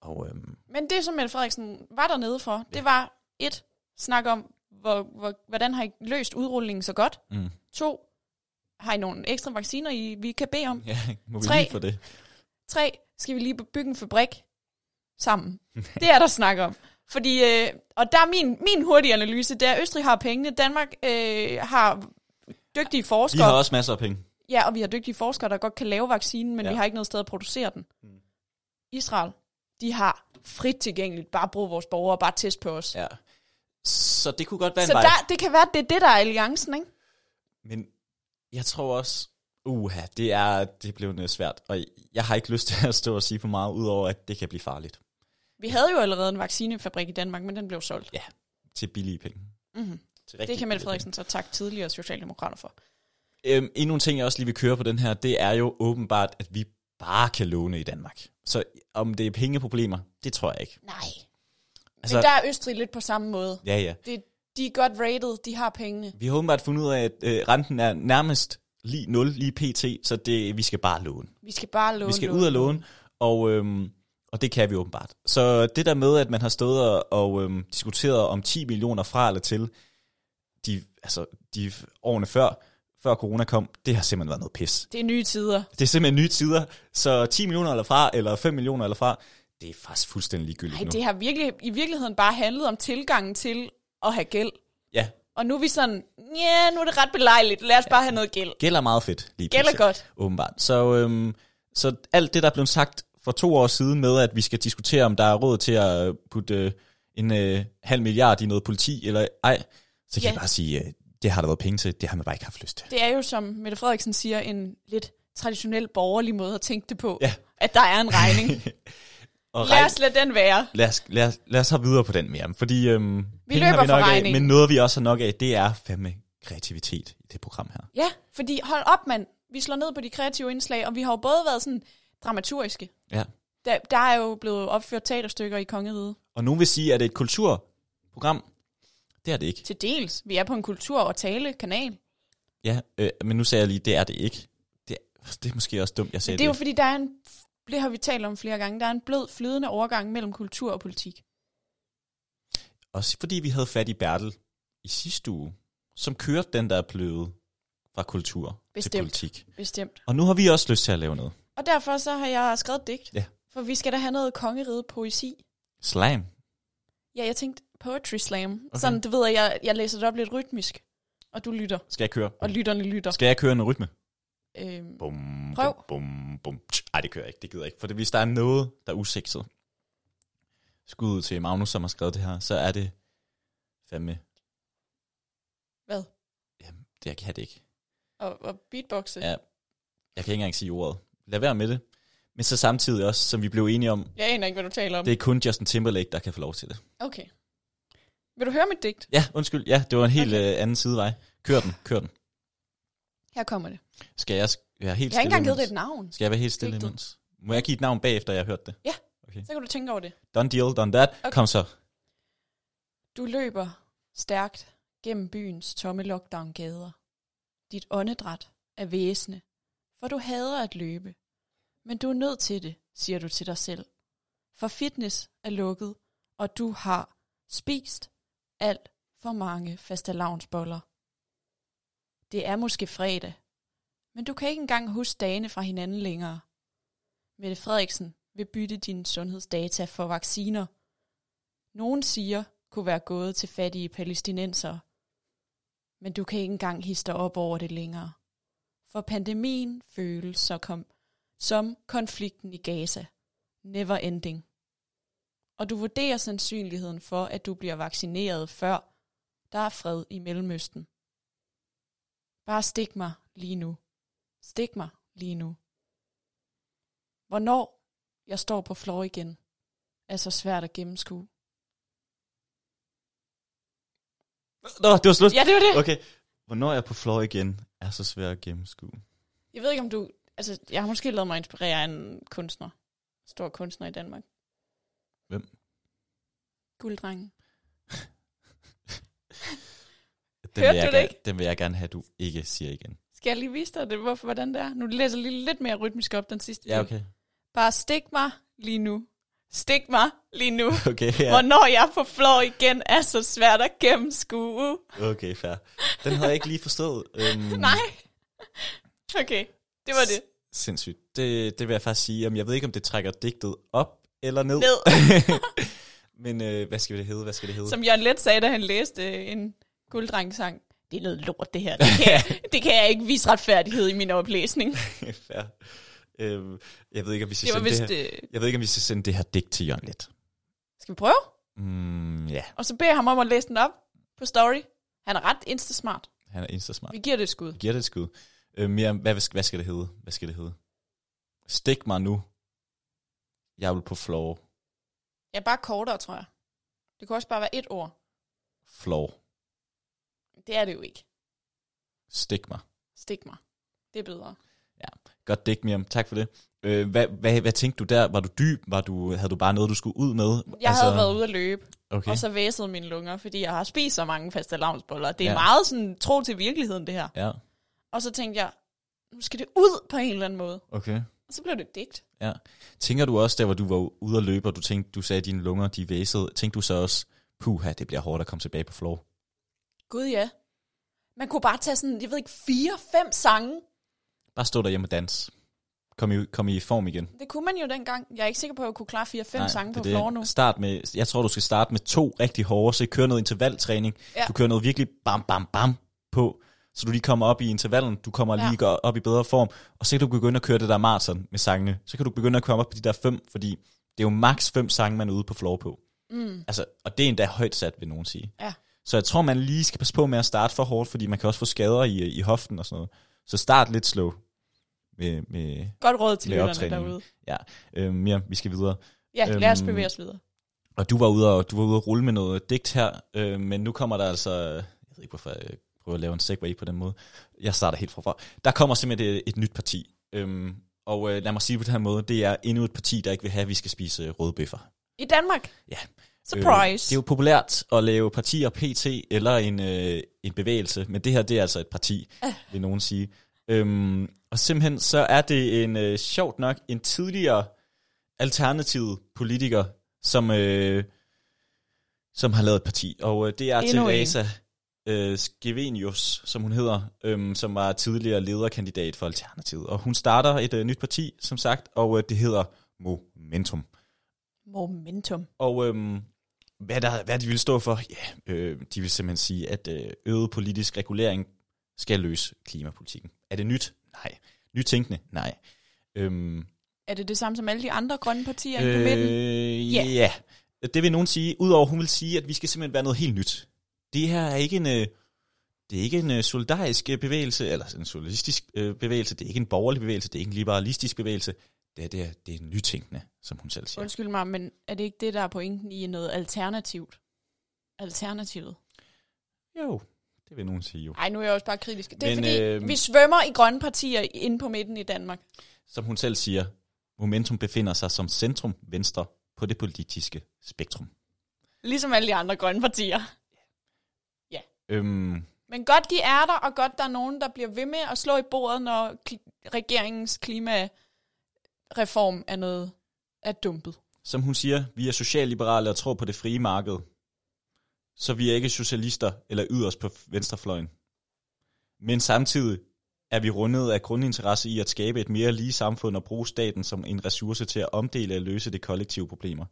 [SPEAKER 2] Og øhm,
[SPEAKER 1] Men det, som Mette Frederiksen var dernede for, ja. det var et, snak om, hvor, hvor, hvordan har I løst udrullingen så godt?
[SPEAKER 2] Mm.
[SPEAKER 1] To, har I nogle ekstra vacciner, I, vi kan bede om?
[SPEAKER 2] ja, må vi
[SPEAKER 1] Tre.
[SPEAKER 2] lige for det?
[SPEAKER 1] Tre, skal vi lige bygge en fabrik sammen? Det er der snak om. Fordi, øh, og der er min, min hurtige analyse, det er, at Østrig har pengene, Danmark øh, har dygtige
[SPEAKER 2] Vi har
[SPEAKER 1] forskere,
[SPEAKER 2] også masser af penge.
[SPEAKER 1] ja, og vi har dygtige forskere, der godt kan lave vaccinen, men
[SPEAKER 2] Ja.
[SPEAKER 1] ja.
[SPEAKER 2] Mm.
[SPEAKER 1] vi har ikke noget sted at producere den. Israel, de har frit tilgængeligt, bare brug vores borgere, bare test på os.
[SPEAKER 2] Ja. Så det kunne godt være
[SPEAKER 1] Så
[SPEAKER 2] en vej.
[SPEAKER 1] der, det kan være, at det er det, der er alliancen, ikke?
[SPEAKER 2] Men jeg tror også, uha, det er, det blev noget svært. Og jeg har ikke lyst til at stå og sige for meget, udover at det kan blive farligt.
[SPEAKER 1] Vi havde jo allerede en vaccinefabrik i Danmark, men den blev solgt.
[SPEAKER 2] Ja, til billige penge. Mm-hmm. Til
[SPEAKER 1] Mhm. Det
[SPEAKER 2] rigtig
[SPEAKER 1] kan Mette
[SPEAKER 2] billige
[SPEAKER 1] Frederiksen så takke tidligere Socialdemokrater for.
[SPEAKER 2] penge. Øhm, endnu en ting, jeg også lige vil køre på den her, det er jo åbenbart, at vi bare kan låne i Danmark. Så om det er pengeproblemer, det tror jeg ikke.
[SPEAKER 1] Nej. Altså, Men der er Østrig lidt på samme måde.
[SPEAKER 2] Ja, ja.
[SPEAKER 1] Det, de er godt rated, de har pengene.
[SPEAKER 2] Vi har åbenbart fundet ud af, at øh, renten er nærmest lige 0, lige pt, så det, vi skal bare låne.
[SPEAKER 1] Vi skal bare låne.
[SPEAKER 2] Vi skal ud og låne, og, øhm, og det kan vi åbenbart. Så det der med, at man har stået og, og øhm, diskuteret om 10 millioner fra eller til, de, altså, de årene før, før corona kom, det har simpelthen været noget pis.
[SPEAKER 1] Det er nye tider.
[SPEAKER 2] Det er simpelthen nye tider, så 10 millioner eller fra, eller 5 millioner eller fra, det er faktisk fuldstændig ligegyldigt
[SPEAKER 1] Nej,
[SPEAKER 2] nu.
[SPEAKER 1] det har virkelig, i virkeligheden bare handlet om tilgangen til at have gæld.
[SPEAKER 2] Ja,
[SPEAKER 1] Og nu er vi sådan, ja, nu er det ret belejligt. Lad os bare have noget gæld.
[SPEAKER 2] gælder meget fedt. Lige
[SPEAKER 1] Gæld er
[SPEAKER 2] pludselig.
[SPEAKER 1] godt.
[SPEAKER 2] åbenbart. Så, øhm, så alt det, der blev sagt for to år siden med, at vi skal diskutere, om der er råd til at øh, putte øh, en øh, halv milliard i noget politi eller ej, så kan
[SPEAKER 1] Ja.
[SPEAKER 2] jeg bare sige, øh, det har der været penge til, det har man bare ikke haft lyst til.
[SPEAKER 1] Det er jo, som Mette Frederiksen siger, en lidt traditionel borgerlig måde at tænke det på.
[SPEAKER 2] Ja.
[SPEAKER 1] At der er en regning.
[SPEAKER 2] Og
[SPEAKER 1] Lad
[SPEAKER 2] regn-
[SPEAKER 1] os lade den være.
[SPEAKER 2] lad, os, lad, os, lad os hoppe videre på den mere, fordi øhm, vi
[SPEAKER 1] løber
[SPEAKER 2] har vi
[SPEAKER 1] fra
[SPEAKER 2] nok af,
[SPEAKER 1] regningen.
[SPEAKER 2] men noget vi også har nok af, det er fandme kreativitet i det program her.
[SPEAKER 1] Ja, fordi hold op, mand. Vi slår ned på de kreative indslag, og vi har jo både været sådan dramaturgiske.
[SPEAKER 2] Ja.
[SPEAKER 1] Der, der er jo blevet opført teaterstykker i Kongeriget.
[SPEAKER 2] Og nogen vil sige, at det er et kulturprogram. Det er det ikke.
[SPEAKER 1] Til dels. Vi er på en kultur- og tale-kanal.
[SPEAKER 2] Ja, øh, men nu sagde jeg lige, det er det ikke. Det er, det er måske også dumt, jeg sagde
[SPEAKER 1] Men det er jo fordi, der er en, det har vi talt om flere gange, der er en blød, flydende overgang mellem kultur og politik.
[SPEAKER 2] Også fordi vi havde fat i Bertel i sidste uge, som kørte den, der er blevet fra kultur til
[SPEAKER 1] Bestemt.
[SPEAKER 2] politik.
[SPEAKER 1] Bestemt.
[SPEAKER 2] Og nu har vi også lyst til at lave noget.
[SPEAKER 1] Og derfor så har jeg skrevet et digt.
[SPEAKER 2] Ja.
[SPEAKER 1] For vi skal da have noget kongerige poesi.
[SPEAKER 2] Slam.
[SPEAKER 1] Ja, jeg tænkte poetry slam.
[SPEAKER 2] Okay.
[SPEAKER 1] Okay. Sådan, du ved, at jeg, jeg læser det op lidt rytmisk. Og du lytter.
[SPEAKER 2] Skal jeg køre?
[SPEAKER 1] Og lytterne lytter.
[SPEAKER 2] Skal jeg køre en rytme?
[SPEAKER 1] Øhm,
[SPEAKER 2] Bum,
[SPEAKER 1] Prøv.
[SPEAKER 2] Bum, bum, tsk. Ej, det kører jeg ikke. Det gider jeg ikke. For det, hvis der er noget, der er usekset, skud ud til Magnus, som har skrevet det her, så er det fandme...
[SPEAKER 1] Hvad?
[SPEAKER 2] Jamen, det, jeg kan det ikke.
[SPEAKER 1] og, og beatboxe.
[SPEAKER 2] Ja. Jeg kan ikke engang sige ordet. Lad være med det. Men så samtidig også, som vi blev enige om,
[SPEAKER 1] Jeg aner ikke, hvad du taler om.
[SPEAKER 2] det er kun Justin Timberlake, der kan få lov til det.
[SPEAKER 1] Okay. Vil du høre mit digt?
[SPEAKER 2] Ja, undskyld. Ja, det var en helt okay. øh, anden sidevej. Kør den, kør den.
[SPEAKER 1] Her kommer det.
[SPEAKER 2] Skal jeg sk- være helt
[SPEAKER 1] Jeg har ikke
[SPEAKER 2] stille
[SPEAKER 1] engang givet det
[SPEAKER 2] imens?
[SPEAKER 1] et navn.
[SPEAKER 2] Skal jeg være helt stille
[SPEAKER 1] Digtet.
[SPEAKER 2] imens? Må jeg give et navn bagefter, jeg har hørt det?
[SPEAKER 1] Så kan du tænke over det.
[SPEAKER 2] Done deal, done that. Okay.
[SPEAKER 1] Okay.
[SPEAKER 2] Kom så.
[SPEAKER 1] Du løber stærkt gennem byens tomme lockdown-gader. Dit åndedræt er væsende, for du hader at løbe. Men du er nødt til det, siger du til dig selv. For fitness er lukket, og du har spist alt for mange fastelavnsboller. Det er måske fredag, men du kan ikke engang huske dagene fra hinanden længere. Mette Frederiksen vil bytte dine sundhedsdata for vacciner, nogen siger, kunne være gået til fattige palæstinenser. Men du kan ikke engang hisse dig op over det længere. For pandemien føles så kom, som konflikten i Gaza. Never ending. Og du vurderer sandsynligheden for, at du bliver vaccineret før der er fred i Mellemøsten. Bare stik mig lige nu. Stik mig lige nu. Hvornår jeg står på flår igen, er så svært at gennemskue.
[SPEAKER 2] Nå, det var slut.
[SPEAKER 1] Ja, det var det.
[SPEAKER 2] Okay. Hvornår er jeg på floor igen, er så svært at gennemskue.
[SPEAKER 1] Jeg ved ikke, om du... Altså, jeg har måske lavet mig inspirere af en kunstner. Stor kunstner i Danmark.
[SPEAKER 2] Hvem?
[SPEAKER 1] Gulddrengen.
[SPEAKER 2] Den
[SPEAKER 1] Hørte
[SPEAKER 2] vil, jeg
[SPEAKER 1] du det
[SPEAKER 2] gerne,
[SPEAKER 1] ikke?
[SPEAKER 2] den vil jeg gerne have, at du ikke siger igen.
[SPEAKER 1] Skal jeg lige vise dig det, hvorfor, hvordan det er? Nu læser jeg lige lidt mere rytmisk op den sidste.
[SPEAKER 2] Ja,
[SPEAKER 1] del.
[SPEAKER 2] okay.
[SPEAKER 1] Bare stik mig lige nu. Stik mig lige nu. Ja.
[SPEAKER 2] Okay, ja.
[SPEAKER 1] Hvornår jeg er på flår igen, er så svært at gennemskue.
[SPEAKER 2] okay fair. Den havde jeg ikke lige forstået. Øhm,
[SPEAKER 1] Nej. Okay, det var det.
[SPEAKER 2] Sindssygt. Det, det vil jeg faktisk sige. Jamen, jeg ved ikke, om det trækker digtet op eller ned.
[SPEAKER 1] Ned.
[SPEAKER 2] Men øh, hvad skal det hedde? Hvad skal det hedde?
[SPEAKER 1] Som Jørgen Let sagde, da han læste øh, en gulddrengsang. Det er noget lort, det her. Det kan, jeg, det kan jeg ikke vise retfærdighed i min oplæsning.
[SPEAKER 2] Fair. Øhm, jeg ved ikke, om vi skal
[SPEAKER 1] Det var
[SPEAKER 2] sende det her.
[SPEAKER 1] vist... Øh,
[SPEAKER 2] Jeg ved ikke, om vi skal sende det her digt til Jørgen lidt.
[SPEAKER 1] Skal vi prøve?
[SPEAKER 2] Mm, ja,
[SPEAKER 1] Og så beder jeg ham om at læse den op på story. Han er ret instasmart.
[SPEAKER 2] han er insta-smart.
[SPEAKER 1] Vi giver det et skud.
[SPEAKER 2] Giver det et skud. Øh, mere, hvad, hvad, skal- hvad, skal det hedde? Hvad skal det hedde? Stik mig nu. Jeg vil på floor.
[SPEAKER 1] Ja, bare kortere, tror jeg. Det kunne også bare være et ord.
[SPEAKER 2] Floor.
[SPEAKER 1] Det er det jo ikke.
[SPEAKER 2] Stik mig.
[SPEAKER 1] Stik mig. Det er bedre.
[SPEAKER 2] Godt dæk, Miriam. Tak for det. Øh, hvad, hvad, hvad tænkte du der? Var du dyb? Var du, havde du bare noget, du skulle ud med?
[SPEAKER 1] Jeg altså, havde været ude at løbe, okay.
[SPEAKER 2] Okay.
[SPEAKER 1] og så væsede mine lunger, fordi jeg har spist så mange faste lavnsboller. Det er
[SPEAKER 2] Ja.
[SPEAKER 1] ja. meget sådan tro til virkeligheden, det her.
[SPEAKER 2] Ja,
[SPEAKER 1] Og så tænkte jeg, nu skal det ud på en eller anden måde.
[SPEAKER 2] okay.
[SPEAKER 1] Og så blev det et digt.
[SPEAKER 2] Ja. Tænker du også, der hvor du var ude at løbe, og du tænkte, du sagde, at dine lunger, de væsede, tænkte du så også, puha, det bliver hårdt at komme tilbage på floor?
[SPEAKER 1] Gud ja. Man kunne bare tage sådan, jeg ved ikke, fire, fem sange.
[SPEAKER 2] Bare stå derhjemme og dans. Kom i, kom i form igen.
[SPEAKER 1] Det kunne man jo dengang. Jeg er ikke sikker på, at jeg kunne klare fire, fem sange
[SPEAKER 2] det
[SPEAKER 1] på
[SPEAKER 2] er det.
[SPEAKER 1] floor nu.
[SPEAKER 2] Start med, jeg tror, du skal starte med to rigtig hårde, så I kører noget intervaltræning. Ja.
[SPEAKER 1] Ja.
[SPEAKER 2] Du kører noget virkelig bam, bam, bam på, så du lige kommer op i intervallen, du kommer
[SPEAKER 1] Ja.
[SPEAKER 2] lige går op i bedre form, og så kan du begynde at køre det der maraton med sangene. Så kan du begynde at komme op på de der fem, fordi det er jo maks fem sange, man er ude på floor på. Mm. Altså, og det er endda højt sat, vil nogen sige.
[SPEAKER 1] Ja.
[SPEAKER 2] Så jeg tror, man lige skal passe på med at starte for hårdt, fordi man kan også få skader i, i hoften og sådan noget. Så start lidt slow med, med,
[SPEAKER 1] Godt råd til
[SPEAKER 2] Med
[SPEAKER 1] lytterne
[SPEAKER 2] optræningen.
[SPEAKER 1] derude.
[SPEAKER 2] øh, mere. Vi skal videre.
[SPEAKER 1] Ja, lad os
[SPEAKER 2] Øhm,
[SPEAKER 1] bevæge os videre.
[SPEAKER 2] Og du var ude og, du var ude at rulle med noget digt her, øh, men nu kommer der altså, jeg ved ikke hvorfor jeg prøver at lave en segway på den måde. Jeg starter helt forfra. Der kommer simpelthen et, et nyt parti. Øhm, og øh, lad mig sige det på den her måde, det er endnu et parti, der ikke vil have, at vi skal spise øh, røde bøffer.
[SPEAKER 1] I Danmark.
[SPEAKER 2] Ja. Øh,
[SPEAKER 1] Surprise.
[SPEAKER 2] det er jo populært at lave partier PT eller en, øh, en bevægelse, men det her det er altså et parti,
[SPEAKER 1] Ah.
[SPEAKER 2] vil nogen sige. Øhm, og simpelthen så er det en øh, sjovt nok en tidligere alternativ politiker, som, øh, som har lavet et parti. Og øh, det er
[SPEAKER 1] Endnu en.
[SPEAKER 2] Teresa øh, Skevenius, som hun hedder, øhm, som var tidligere lederkandidat for Alternativet. Og hun starter et øh, nyt parti, som sagt, og øh, det hedder Momentum.
[SPEAKER 1] Momentum.
[SPEAKER 2] Og øhm, hvad, der, hvad de vil stå for? Ja, øh, de vil simpelthen sige, at øh, øget politisk regulering skal løse klimapolitikken. Er det nyt? Nej. Nytænkende? Nej. Øhm,
[SPEAKER 1] Er det det samme som alle de andre grønne partier øh, på midten?
[SPEAKER 2] Ja.
[SPEAKER 1] Ja.
[SPEAKER 2] Yeah. Det vil nogen sige. Udover hun vil sige, at vi skal simpelthen være noget helt nyt. Det her er ikke en, øh, det er ikke en øh, solidarisk øh, bevægelse, eller en solidaristisk øh, bevægelse. Det er ikke en borgerlig bevægelse. Det er ikke en liberalistisk bevægelse. Det er, det er, det er en nytænkende, som hun selv siger.
[SPEAKER 1] Undskyld mig, men er det ikke det, der er pointen i noget alternativt? Alternativet.
[SPEAKER 2] Jo, det vil nogen sige jo.
[SPEAKER 1] Nej, nu er jeg også bare kritisk. Det er
[SPEAKER 2] Men,
[SPEAKER 1] men, fordi,
[SPEAKER 2] øhm,
[SPEAKER 1] øh... vi svømmer i grønne partier inde på midten i Danmark.
[SPEAKER 2] Som hun selv siger, Momentum befinder sig som centrum venstre på det politiske spektrum.
[SPEAKER 1] Ligesom alle de andre grønne partier.
[SPEAKER 2] Øhm,
[SPEAKER 1] Men godt de er der, og godt der er nogen, der bliver ved med at slå i bordet, når kli- regeringens klimareform er noget er dumpet.
[SPEAKER 2] som hun siger, vi er socialliberale og tror på det frie marked. Så vi er ikke socialister eller yderst på venstrefløjen. Men samtidig er vi rundet af grundinteresse i at skabe et mere lige samfund og bruge staten som en ressource til at omdele og løse de kollektive problemer.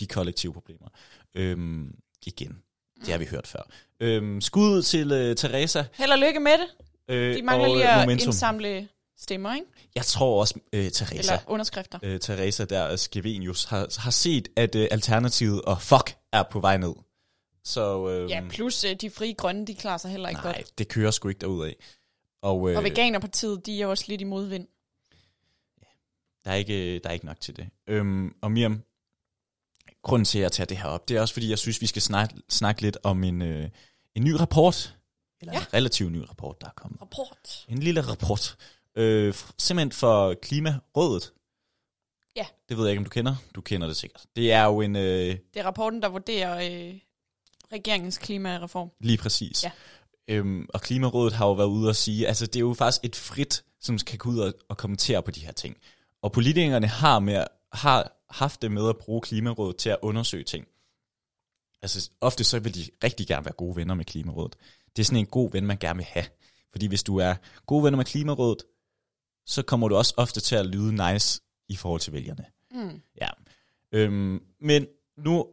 [SPEAKER 2] De kollektive problemer. Øhm, igen, det har vi hørt før. Øhm, skud til øh, Teresa.
[SPEAKER 1] Held og lykke med det.
[SPEAKER 2] Øh,
[SPEAKER 1] De mangler
[SPEAKER 2] og,
[SPEAKER 1] lige
[SPEAKER 2] øh,
[SPEAKER 1] at
[SPEAKER 2] momentum.
[SPEAKER 1] indsamle stemmer, ikke?
[SPEAKER 2] Jeg tror også, øh, Teresa,
[SPEAKER 1] Eller underskrifter.
[SPEAKER 2] øh, Teresa der Skevenius har, har set, at øh, Alternativet og fuck er på vej ned. Så øh,
[SPEAKER 1] Ja, plus øh, de frie grønne, de klarer sig heller ikke
[SPEAKER 2] nej,
[SPEAKER 1] godt.
[SPEAKER 2] det kører sgu ikke derudad. Og, øh,
[SPEAKER 1] Og Veganerpartiet, de er også lidt i modvind.
[SPEAKER 2] der, er ikke, øh, der er ikke nok til det. Øhm, og Miriam, grunden til, at jeg tager det her op, det er også, fordi jeg synes, vi skal snakke, snakke lidt om en, øh, en ny rapport. Eller ja.
[SPEAKER 1] Ja.
[SPEAKER 2] en relativt ny rapport, der er kommet.
[SPEAKER 1] Rapport.
[SPEAKER 2] En lille rapport. Øh, f- simpelthen for Klimarådet.
[SPEAKER 1] Ja.
[SPEAKER 2] Det ved jeg ikke, om du kender. Du kender det sikkert. Det er jo en... Øh,
[SPEAKER 1] Det er rapporten, der vurderer øh, regeringens klimareform.
[SPEAKER 2] Lige præcis. Ja.
[SPEAKER 1] Ja.
[SPEAKER 2] Øhm, og Klimarådet har jo været ude og sige, altså det er jo faktisk et frit, som kan gå ud og, og kommentere på de her ting. Og politikerne har, med, at- har haft det med at bruge Klimarådet til at undersøge ting. Altså ofte så vil de rigtig gerne være gode venner med Klimarådet. Det er sådan en god ven, man gerne vil have. Fordi hvis du er gode venner med Klimarådet, så kommer du også ofte til at lyde nice i forhold til vælgerne.
[SPEAKER 1] Mm.
[SPEAKER 2] Ja. Øhm, men nu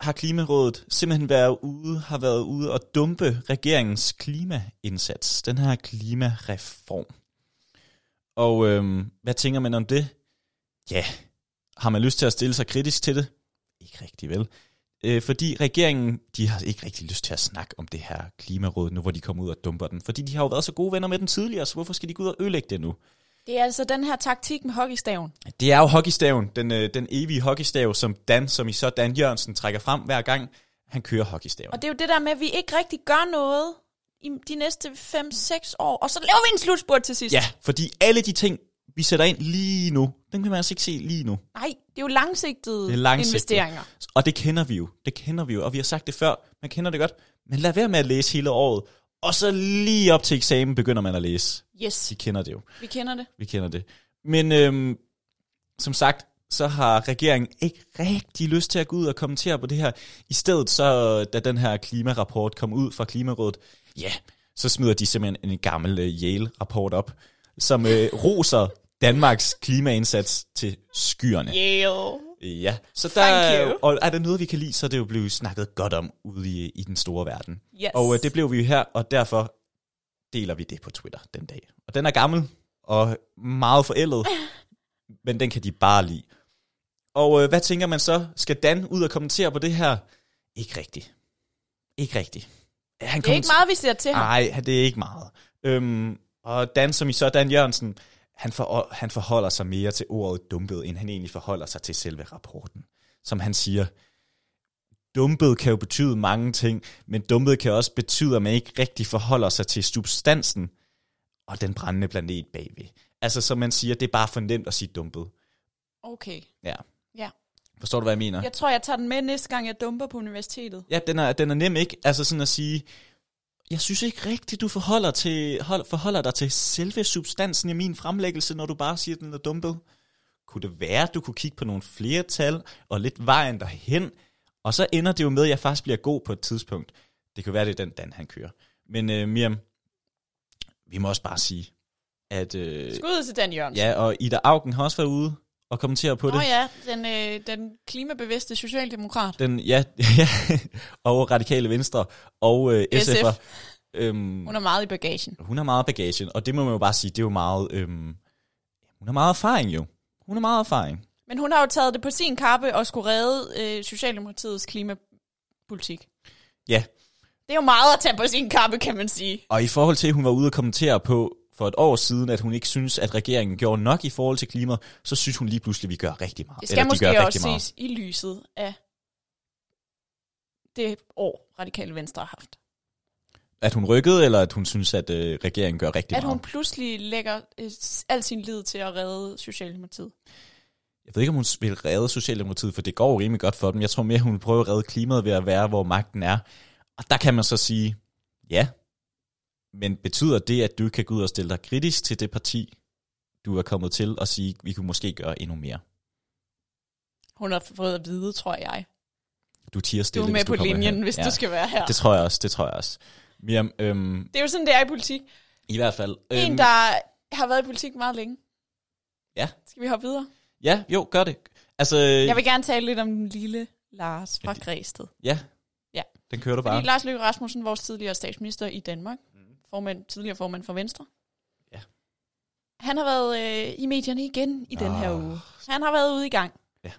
[SPEAKER 2] har Klimarådet simpelthen været ude, har været ude og dumpe regeringens klimaindsats, den her klimareform. Og øhm, hvad tænker man om det? Ja, har man lyst til at stille sig kritisk til det? Ikke rigtig vel. Øh, fordi regeringen, de har ikke rigtig lyst til at snakke om det her klimaråd, nu hvor de kommer ud og dumper den. Fordi de har jo været så gode venner med den tidligere, så hvorfor skal de gå ud og ødelægge det nu?
[SPEAKER 1] Det er altså den her taktik med hockeystaven.
[SPEAKER 2] Det er jo hockeystaven, den, øh, den evige hockeystav, som Dan, som i så Dan Jørgensen trækker frem hver gang, han kører hockeystaven.
[SPEAKER 1] Og det er jo det der med, at vi ikke rigtig gør noget i de næste 5-6 år, og så laver vi en slutspurt til sidst.
[SPEAKER 2] Ja, fordi alle de ting, vi sætter ind lige nu, dem kan man altså ikke se lige nu.
[SPEAKER 1] Nej, det er jo langsigtede
[SPEAKER 2] Det
[SPEAKER 1] det
[SPEAKER 2] er
[SPEAKER 1] er
[SPEAKER 2] langsigtet.
[SPEAKER 1] investeringer.
[SPEAKER 2] Og det kender vi jo. Det kender vi jo, og vi har sagt det før. Man kender det godt. Men lad være med at læse hele året. Og så lige op til eksamen begynder man at læse.
[SPEAKER 1] Yes,
[SPEAKER 2] Vi kender det jo.
[SPEAKER 1] vi kender det.
[SPEAKER 2] Vi kender det. Men øhm, som sagt, så har regeringen ikke rigtig lyst til at gå ud og kommentere på det her. I stedet så, da den her klimarapport kom ud fra Klimarådet, ja, så smider de simpelthen en gammel øh, Yale-rapport op, som øh, roser Danmarks klimaindsats til skyerne.
[SPEAKER 1] Yeah.
[SPEAKER 2] Ja, så der,
[SPEAKER 1] Thank you.
[SPEAKER 2] og er der noget, vi kan lide, så er det jo blevet snakket godt om ude i, i den store verden.
[SPEAKER 1] Yes.
[SPEAKER 2] Og øh, det blev vi jo her, og derfor deler vi det på Twitter den dag. Og den er gammel og meget forældet, men den kan de bare lide. Og øh, hvad tænker man så? Skal Dan ud og kommentere på det her? Ikke rigtigt. Ikke rigtigt. Ja, Han
[SPEAKER 1] det er ikke meget, vi ser til ham.
[SPEAKER 2] Nej, det er ikke meget. Øhm, og Dan, som I så, Dan Jørgensen, han, for, han forholder sig mere til ordet dumpet, end han egentlig forholder sig til selve rapporten. Som han siger, dumpet kan jo betyde mange ting, men dumpet kan også betyde, at man ikke rigtig forholder sig til substansen og den brændende planet bagved. Altså, som man siger, det er bare for nemt at sige dumpet.
[SPEAKER 1] Okay,
[SPEAKER 2] Ja.
[SPEAKER 1] ja.
[SPEAKER 2] Forstår du, hvad jeg mener?
[SPEAKER 1] Jeg tror, jeg tager den med næste gang, jeg dumper på universitetet.
[SPEAKER 2] Ja, den er, den er nem, ikke? Altså sådan at sige, jeg synes ikke rigtigt, du forholder, til, hold, forholder dig til selve substansen i min fremlæggelse, når du bare siger, at den er dumpet. Kunne det være, at du kunne kigge på nogle flere tal og lidt vejen derhen? Og så ender det jo med, at jeg faktisk bliver god på et tidspunkt. Det kan være, det er den Dan, han kører. Men øh, Miriam, vi må også bare sige, at... Øh,
[SPEAKER 1] Skud til Dan Jørgensen.
[SPEAKER 2] ja, og Ida Augen har også været ude og kommentere på
[SPEAKER 1] Nå
[SPEAKER 2] det.
[SPEAKER 1] ja, den, øh, den klimabevidste socialdemokrat.
[SPEAKER 2] Den, ja, ja, og Radikale Venstre og øh,
[SPEAKER 1] SF.
[SPEAKER 2] SF'er. Øhm,
[SPEAKER 1] Hun er meget i bagagen.
[SPEAKER 2] hun har meget bagagen, og det må man jo bare sige, det er jo meget... Øhm, hun har meget erfaring jo. Hun har meget erfaring.
[SPEAKER 1] Men hun har jo taget det på sin kappe og skulle redde øh, Socialdemokratiets klimapolitik.
[SPEAKER 2] Ja,
[SPEAKER 1] Det er jo meget at tage på sin kappe, kan man sige.
[SPEAKER 2] og i forhold til, at hun var ude og kommentere på for et år siden, at hun ikke synes, at regeringen gjorde nok i forhold til klima, så synes hun lige pludselig, at vi gør rigtig meget.
[SPEAKER 1] Det skal
[SPEAKER 2] Eller de
[SPEAKER 1] måske
[SPEAKER 2] gør
[SPEAKER 1] også
[SPEAKER 2] rigtig meget.
[SPEAKER 1] ses i lyset af det år, Radikale Venstre har haft.
[SPEAKER 2] At hun rykkede, eller at hun synes, at øh, regeringen gør rigtig
[SPEAKER 1] At
[SPEAKER 2] meget.
[SPEAKER 1] hun pludselig lægger øh, s- al sin lid til at redde Socialdemokratiet.
[SPEAKER 2] Jeg ved ikke, om hun vil redde Socialdemokratiet, for det går jo rimelig godt for dem. Jeg tror mere, hun vil prøve at redde klimaet ved at være, hvor magten er. Og der kan man så sige, ja, men betyder det, at du ikke kan gå ud og stille dig kritisk til det parti, du er kommet til, og sige, vi kunne måske gøre endnu mere?
[SPEAKER 1] Hun har fået at vide, tror jeg.
[SPEAKER 2] Du tiger
[SPEAKER 1] Du
[SPEAKER 2] stille,
[SPEAKER 1] er med
[SPEAKER 2] hvis
[SPEAKER 1] på
[SPEAKER 2] kommer
[SPEAKER 1] linjen,
[SPEAKER 2] herhen.
[SPEAKER 1] hvis
[SPEAKER 2] ja,
[SPEAKER 1] du skal være her.
[SPEAKER 2] Det tror jeg også, det tror jeg også. Miriam, øhm,
[SPEAKER 1] Det er jo sådan, det er i politik.
[SPEAKER 2] i hvert fald... Øhm,
[SPEAKER 1] En, der har været i politik meget længe.
[SPEAKER 2] Ja.
[SPEAKER 1] Skal vi hoppe videre?
[SPEAKER 2] Ja, jo, gør det. Altså,
[SPEAKER 1] Jeg vil gerne tale lidt om den lille Lars fra Græsted.
[SPEAKER 2] ja,
[SPEAKER 1] Ja.
[SPEAKER 2] den kører du bare.
[SPEAKER 1] Fordi Lars Løkke Rasmussen, vores tidligere statsminister i Danmark, formand, tidligere formand for Venstre,
[SPEAKER 2] Mm. Ja.
[SPEAKER 1] han har været øh, i medierne igen i den her
[SPEAKER 2] Ah.
[SPEAKER 1] uge. Han har været ude i gang.
[SPEAKER 2] Ja.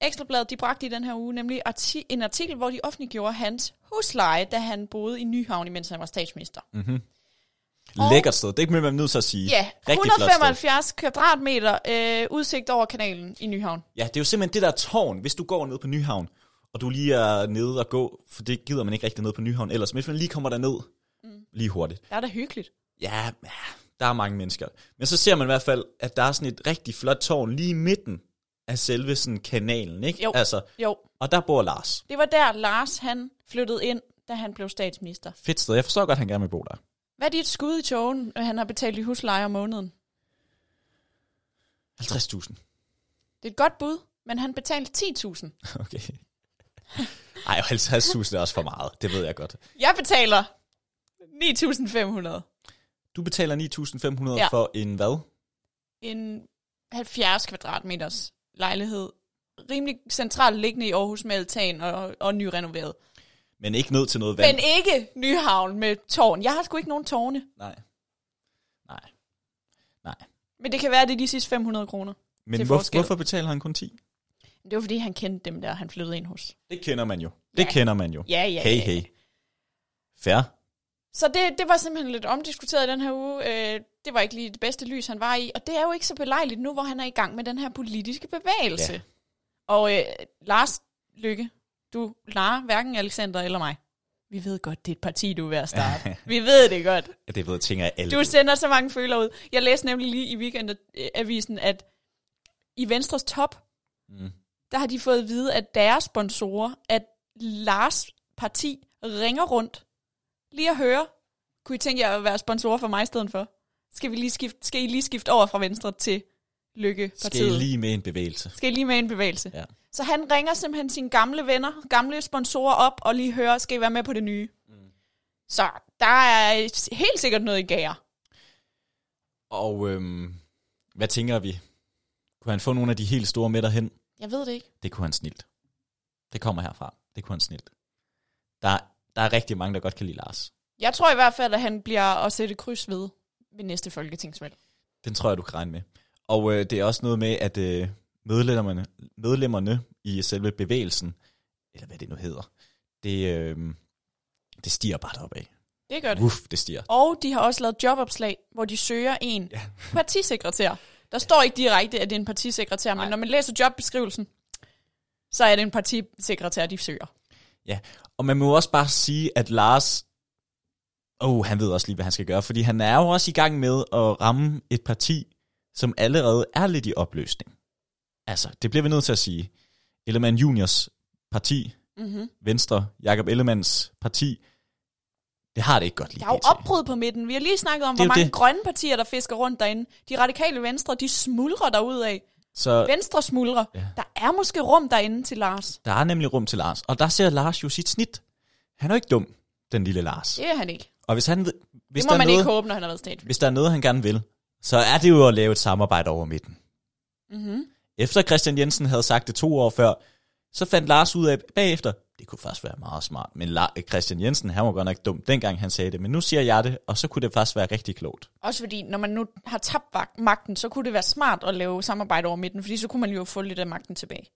[SPEAKER 1] Ekstrabladet, de bragte i den her uge nemlig arti- en artikel, hvor de offentliggjorde hans husleje, da han boede i Nyhavn, imens han var statsminister.
[SPEAKER 2] Mm-hmm.
[SPEAKER 1] Og-
[SPEAKER 2] Lækkert sted, det bliver man nødt til at sige.
[SPEAKER 1] Ja,
[SPEAKER 2] Rigtig flot sted.
[SPEAKER 1] 175 kvadratmeter øh, udsigt over kanalen i Nyhavn.
[SPEAKER 2] Ja, det er jo simpelthen det der tårn, hvis du går ned på Nyhavn, og du lige er nede og gå, for det gider man ikke rigtig ned på Nyhavn ellers, men hvis man lige kommer derned, mm. lige hurtigt.
[SPEAKER 1] Der er da hyggeligt.
[SPEAKER 2] Ja, ja, der er mange mennesker. Men så ser man i hvert fald, at der er sådan et rigtig flot tårn lige i midten af selve sådan kanalen, ikke?
[SPEAKER 1] Jo.
[SPEAKER 2] Altså,
[SPEAKER 1] Jo,
[SPEAKER 2] og der bor Lars.
[SPEAKER 1] det var der Lars han flyttede ind, da han blev statsminister.
[SPEAKER 2] Fedt sted, jeg forstår godt, at han gerne vil bo der.
[SPEAKER 1] Hvad er dit skud i togen, at han har betalt i husleje om måneden?
[SPEAKER 2] 50.000.
[SPEAKER 1] Det er et godt bud, men han betalte 10.000.
[SPEAKER 2] Okay. Ej, 50.000 er også for meget, det ved jeg godt.
[SPEAKER 1] Jeg betaler 9.500.
[SPEAKER 2] Du betaler 9.500 ja.
[SPEAKER 1] Ja.
[SPEAKER 2] for en hvad?
[SPEAKER 1] En 70 kvadratmeters lejlighed. Rimelig centralt liggende i Aarhus med altan og, og nyrenoveret.
[SPEAKER 2] Men ikke nødt til noget vand.
[SPEAKER 1] Men ikke Nyhavn med tårn. Jeg har sgu ikke nogen tårne.
[SPEAKER 2] Nej. Nej. Nej.
[SPEAKER 1] Men det kan være, det er de sidste 500 kroner.
[SPEAKER 2] Men
[SPEAKER 1] til
[SPEAKER 2] hvor,
[SPEAKER 1] forskel.
[SPEAKER 2] hvorfor betaler han kun 10?
[SPEAKER 1] Det var fordi, han kendte dem der, han flyttede ind hos.
[SPEAKER 2] Det kender man jo. Det
[SPEAKER 1] Ja.
[SPEAKER 2] kender man jo.
[SPEAKER 1] Ja, ja,
[SPEAKER 2] hey,
[SPEAKER 1] ja.
[SPEAKER 2] hey. Fair.
[SPEAKER 1] Så det, det var simpelthen lidt omdiskuteret i den her uge. Øh, det var ikke lige det bedste lys, han var i. Og det er jo ikke så belejligt nu, hvor han er i gang med den her politiske bevægelse.
[SPEAKER 2] Ja.
[SPEAKER 1] Ja. Og øh, Lars Lykke, du klarer hverken Alexander eller mig. Vi ved godt, det er et parti, du er ved at starte. Vi ved det godt.
[SPEAKER 2] Ja, det ved, tænker jeg alle.
[SPEAKER 1] Du sender så mange føler ud. Jeg læste nemlig lige i weekendavisen, at i Venstres top,
[SPEAKER 2] Mm.
[SPEAKER 1] der har de fået at vide, at deres sponsorer, at Lars Parti ringer rundt. Lige at høre, kunne I tænke jer at være sponsorer for mig i stedet for? Skal, vi lige skifte, skal I lige skifte over fra Venstre til Lykke
[SPEAKER 2] Skal I lige med en bevægelse?
[SPEAKER 1] skal I lige med i en bevægelse.
[SPEAKER 2] Ja.
[SPEAKER 1] Så han ringer simpelthen sine gamle venner, gamle sponsorer op, og lige hører, skal I være med på det nye? Mm. Så der er helt sikkert noget i gære.
[SPEAKER 2] Og øhm, hvad tænker vi? Kunne han få nogle af de helt store med derhen?
[SPEAKER 1] Jeg ved det ikke.
[SPEAKER 2] Det kunne han snilt. Det kommer herfra. Det kunne han snilt. Der, der er rigtig mange, der godt kan lide Lars.
[SPEAKER 1] Jeg tror i hvert fald, at han bliver at sætte kryds ved ved næste folketingsvalg.
[SPEAKER 2] Den tror jeg, du kan regne med. Og øh, det er også noget med, at øh, medlemmerne, medlemmerne i selve bevægelsen, eller hvad det nu hedder, det, øh, det stiger bare deroppe af.
[SPEAKER 1] Det gør det.
[SPEAKER 2] Uff, det stiger.
[SPEAKER 1] Og de har også lavet jobopslag, hvor de søger en ja. partisekretær. Der står ikke direkte, at det er en partisekretær, men
[SPEAKER 2] Nej.
[SPEAKER 1] når man læser jobbeskrivelsen, så er det en partisekretær, de søger.
[SPEAKER 2] Ja, og man må jo også bare sige, at Lars, oh, han ved også lige, hvad han skal gøre, fordi han er jo også i gang med at ramme et parti, som allerede er lidt i opløsning. Altså, det bliver vi nødt til at sige. Ellemann Juniors parti,
[SPEAKER 1] Mm-hmm.
[SPEAKER 2] Venstre, Jakob Ellemanns parti, det har det ikke godt lige.
[SPEAKER 1] Der er jo
[SPEAKER 2] pt.
[SPEAKER 1] opbrud på midten. Vi har lige snakket om,
[SPEAKER 2] Det er
[SPEAKER 1] hvor
[SPEAKER 2] jo
[SPEAKER 1] mange
[SPEAKER 2] det.
[SPEAKER 1] det. grønne partier, der fisker rundt derinde. De radikale venstre, de smuldrer derudad.
[SPEAKER 2] Så
[SPEAKER 1] Venstre smuldrer. Ja. Der er måske rum derinde til Lars.
[SPEAKER 2] der er nemlig rum til Lars, og der ser Lars jo sit snit. Han er jo ikke dum, den lille Lars.
[SPEAKER 1] Det er han ikke.
[SPEAKER 2] Og hvis han ved, hvis
[SPEAKER 1] Hvis det må
[SPEAKER 2] der er
[SPEAKER 1] man noget...
[SPEAKER 2] noget,
[SPEAKER 1] ikke håbe, når han har været statsminister.
[SPEAKER 2] hvis der er noget, han gerne vil, så er det jo at lave et samarbejde over midten.
[SPEAKER 1] Mm-hmm.
[SPEAKER 2] Efter Christian Jensen havde sagt det to år før, så fandt Lars ud af bagefter, det kunne faktisk være meget smart, men La- Christian Jensen, han var godt nok dum, dengang han sagde det, men nu siger jeg det, og så kunne det faktisk være rigtig klogt.
[SPEAKER 1] Også fordi, når man nu har tabt vag- magten, så kunne det være smart at lave samarbejde over midten, fordi så kunne man jo få lidt af magten tilbage.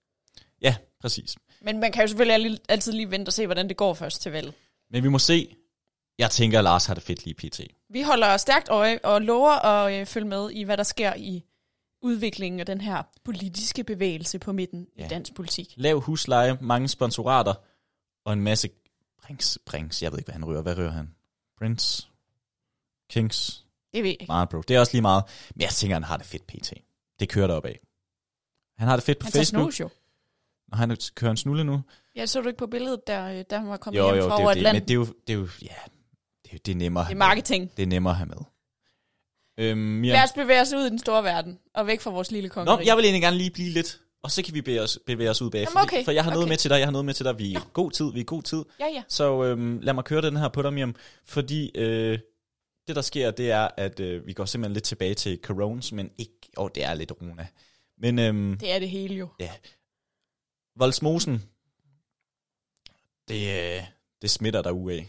[SPEAKER 2] Ja, præcis.
[SPEAKER 1] Men man kan jo selvfølgelig al- altid lige vente og se, hvordan det går først til valget.
[SPEAKER 2] Men vi må se. Jeg tænker, at Lars har det fedt lige pt.
[SPEAKER 1] Vi holder stærkt øje og lover at øh, følge med i, hvad der sker i udviklingen af den her politiske bevægelse på midten ja.
[SPEAKER 2] Ja.
[SPEAKER 1] i dansk politik.
[SPEAKER 2] Lav husleje, mange sponsorater, og en masse... Prins, prins, jeg ved ikke, hvad han rører. Hvad rører han? Prince? Kings?
[SPEAKER 1] Det ved jeg ikke.
[SPEAKER 2] Marlboro. Det er også lige meget. Men jeg tænker, han har det fedt pt. Det kører deroppe af. Han har det fedt på
[SPEAKER 1] Han tager
[SPEAKER 2] Facebook,
[SPEAKER 1] snus jo.
[SPEAKER 2] og han kører en snulle nu.
[SPEAKER 1] Ja, så du ikke på billedet, der, øh, da han var kommet hjem fra over
[SPEAKER 2] det, er jo det.
[SPEAKER 1] Atlanten.
[SPEAKER 2] Men det er jo, det er jo, ja, det er, jo, det er nemmere at
[SPEAKER 1] Det
[SPEAKER 2] have
[SPEAKER 1] er
[SPEAKER 2] med.
[SPEAKER 1] marketing.
[SPEAKER 2] Det er nemmere at have med. Øhm, Miriam,
[SPEAKER 1] Lad os bevæge os ud i den store verden, og væk fra vores lille kongerige.
[SPEAKER 2] Nå, jeg vil egentlig gerne lige blive lidt, og så kan vi bevæge os, bevæge os ud bag.
[SPEAKER 1] Jamen,
[SPEAKER 2] fordi-
[SPEAKER 1] okay,
[SPEAKER 2] For jeg har noget
[SPEAKER 1] okay.
[SPEAKER 2] med til dig, jeg har noget med til dig. Vi er i god tid, vi er i god tid.
[SPEAKER 1] Ja, ja.
[SPEAKER 2] Så øhm, lad mig køre den her på dig, Miriam, fordi øh, det, der sker, det er, at øh, vi går simpelthen lidt tilbage til corones, men ikke, åh, det er lidt corona. Men øhm,
[SPEAKER 1] Det er det hele jo.
[SPEAKER 2] Voldsmosen, det, øh, det smitter der af.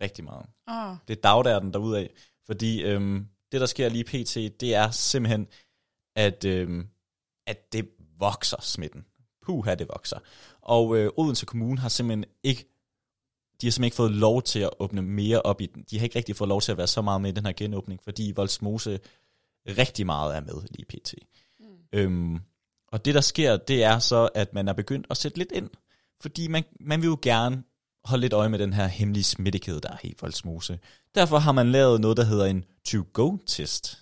[SPEAKER 2] Rigtig meget.
[SPEAKER 1] Ah.
[SPEAKER 2] Det er dagdærden derudad. Fordi øhm, det, der sker lige pt, det er simpelthen, at, øhm, at det vokser smitten. Puha, det vokser. Og øh, Odense Kommune har simpelthen ikke de har simpelthen ikke fået lov til at åbne mere op i den. De har ikke rigtig fået lov til at være så meget med i den her genåbning, fordi Voldsmose rigtig meget er med lige pt. Mm. Øhm, og det, der sker, det er så, at man er begyndt at sætte lidt ind. Fordi man, man vil jo gerne holde lidt øje med den her hemmelige smittekæde, der er i Voldsmose. Derfor har man lavet noget, der hedder en to-go-test.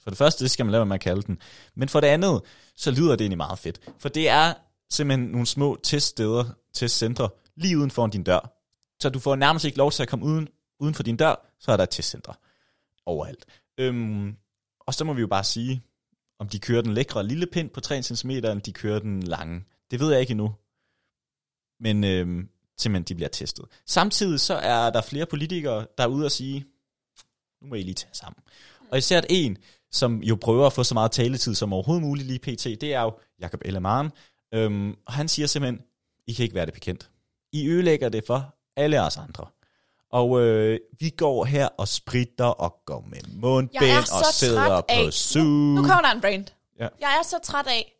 [SPEAKER 2] For det første, det skal man lade være med at kalde den. Men for det andet, så lyder det egentlig meget fedt. For det er simpelthen nogle små teststeder, testcentre, lige uden for din dør. Så du får nærmest ikke lov til at komme uden, uden for din dør, så er der et testcenter overalt. Øhm, og så må vi jo bare sige, om de kører den lækre lille pind på 3 cm, eller de kører den lange. Det ved jeg ikke endnu. Men øhm, simpelthen, de bliver testet. Samtidig så er der flere politikere, der er ude og sige, nu må I lige tage jer sammen. Og især at en, som jo prøver at få så meget taletid som overhovedet muligt lige pt, det er jo Jakob Ellemann. Øhm, og han siger simpelthen, I kan ikke være det bekendt. I ødelægger det for alle os andre. Og øh, vi går her og spritter og går med
[SPEAKER 1] Jeg er
[SPEAKER 2] mundbind og
[SPEAKER 1] så
[SPEAKER 2] sidder
[SPEAKER 1] træt af-
[SPEAKER 2] på
[SPEAKER 1] Nu-
[SPEAKER 2] Zoom.
[SPEAKER 1] Nu kommer der en brand.
[SPEAKER 2] Ja.
[SPEAKER 1] Jeg er så træt af,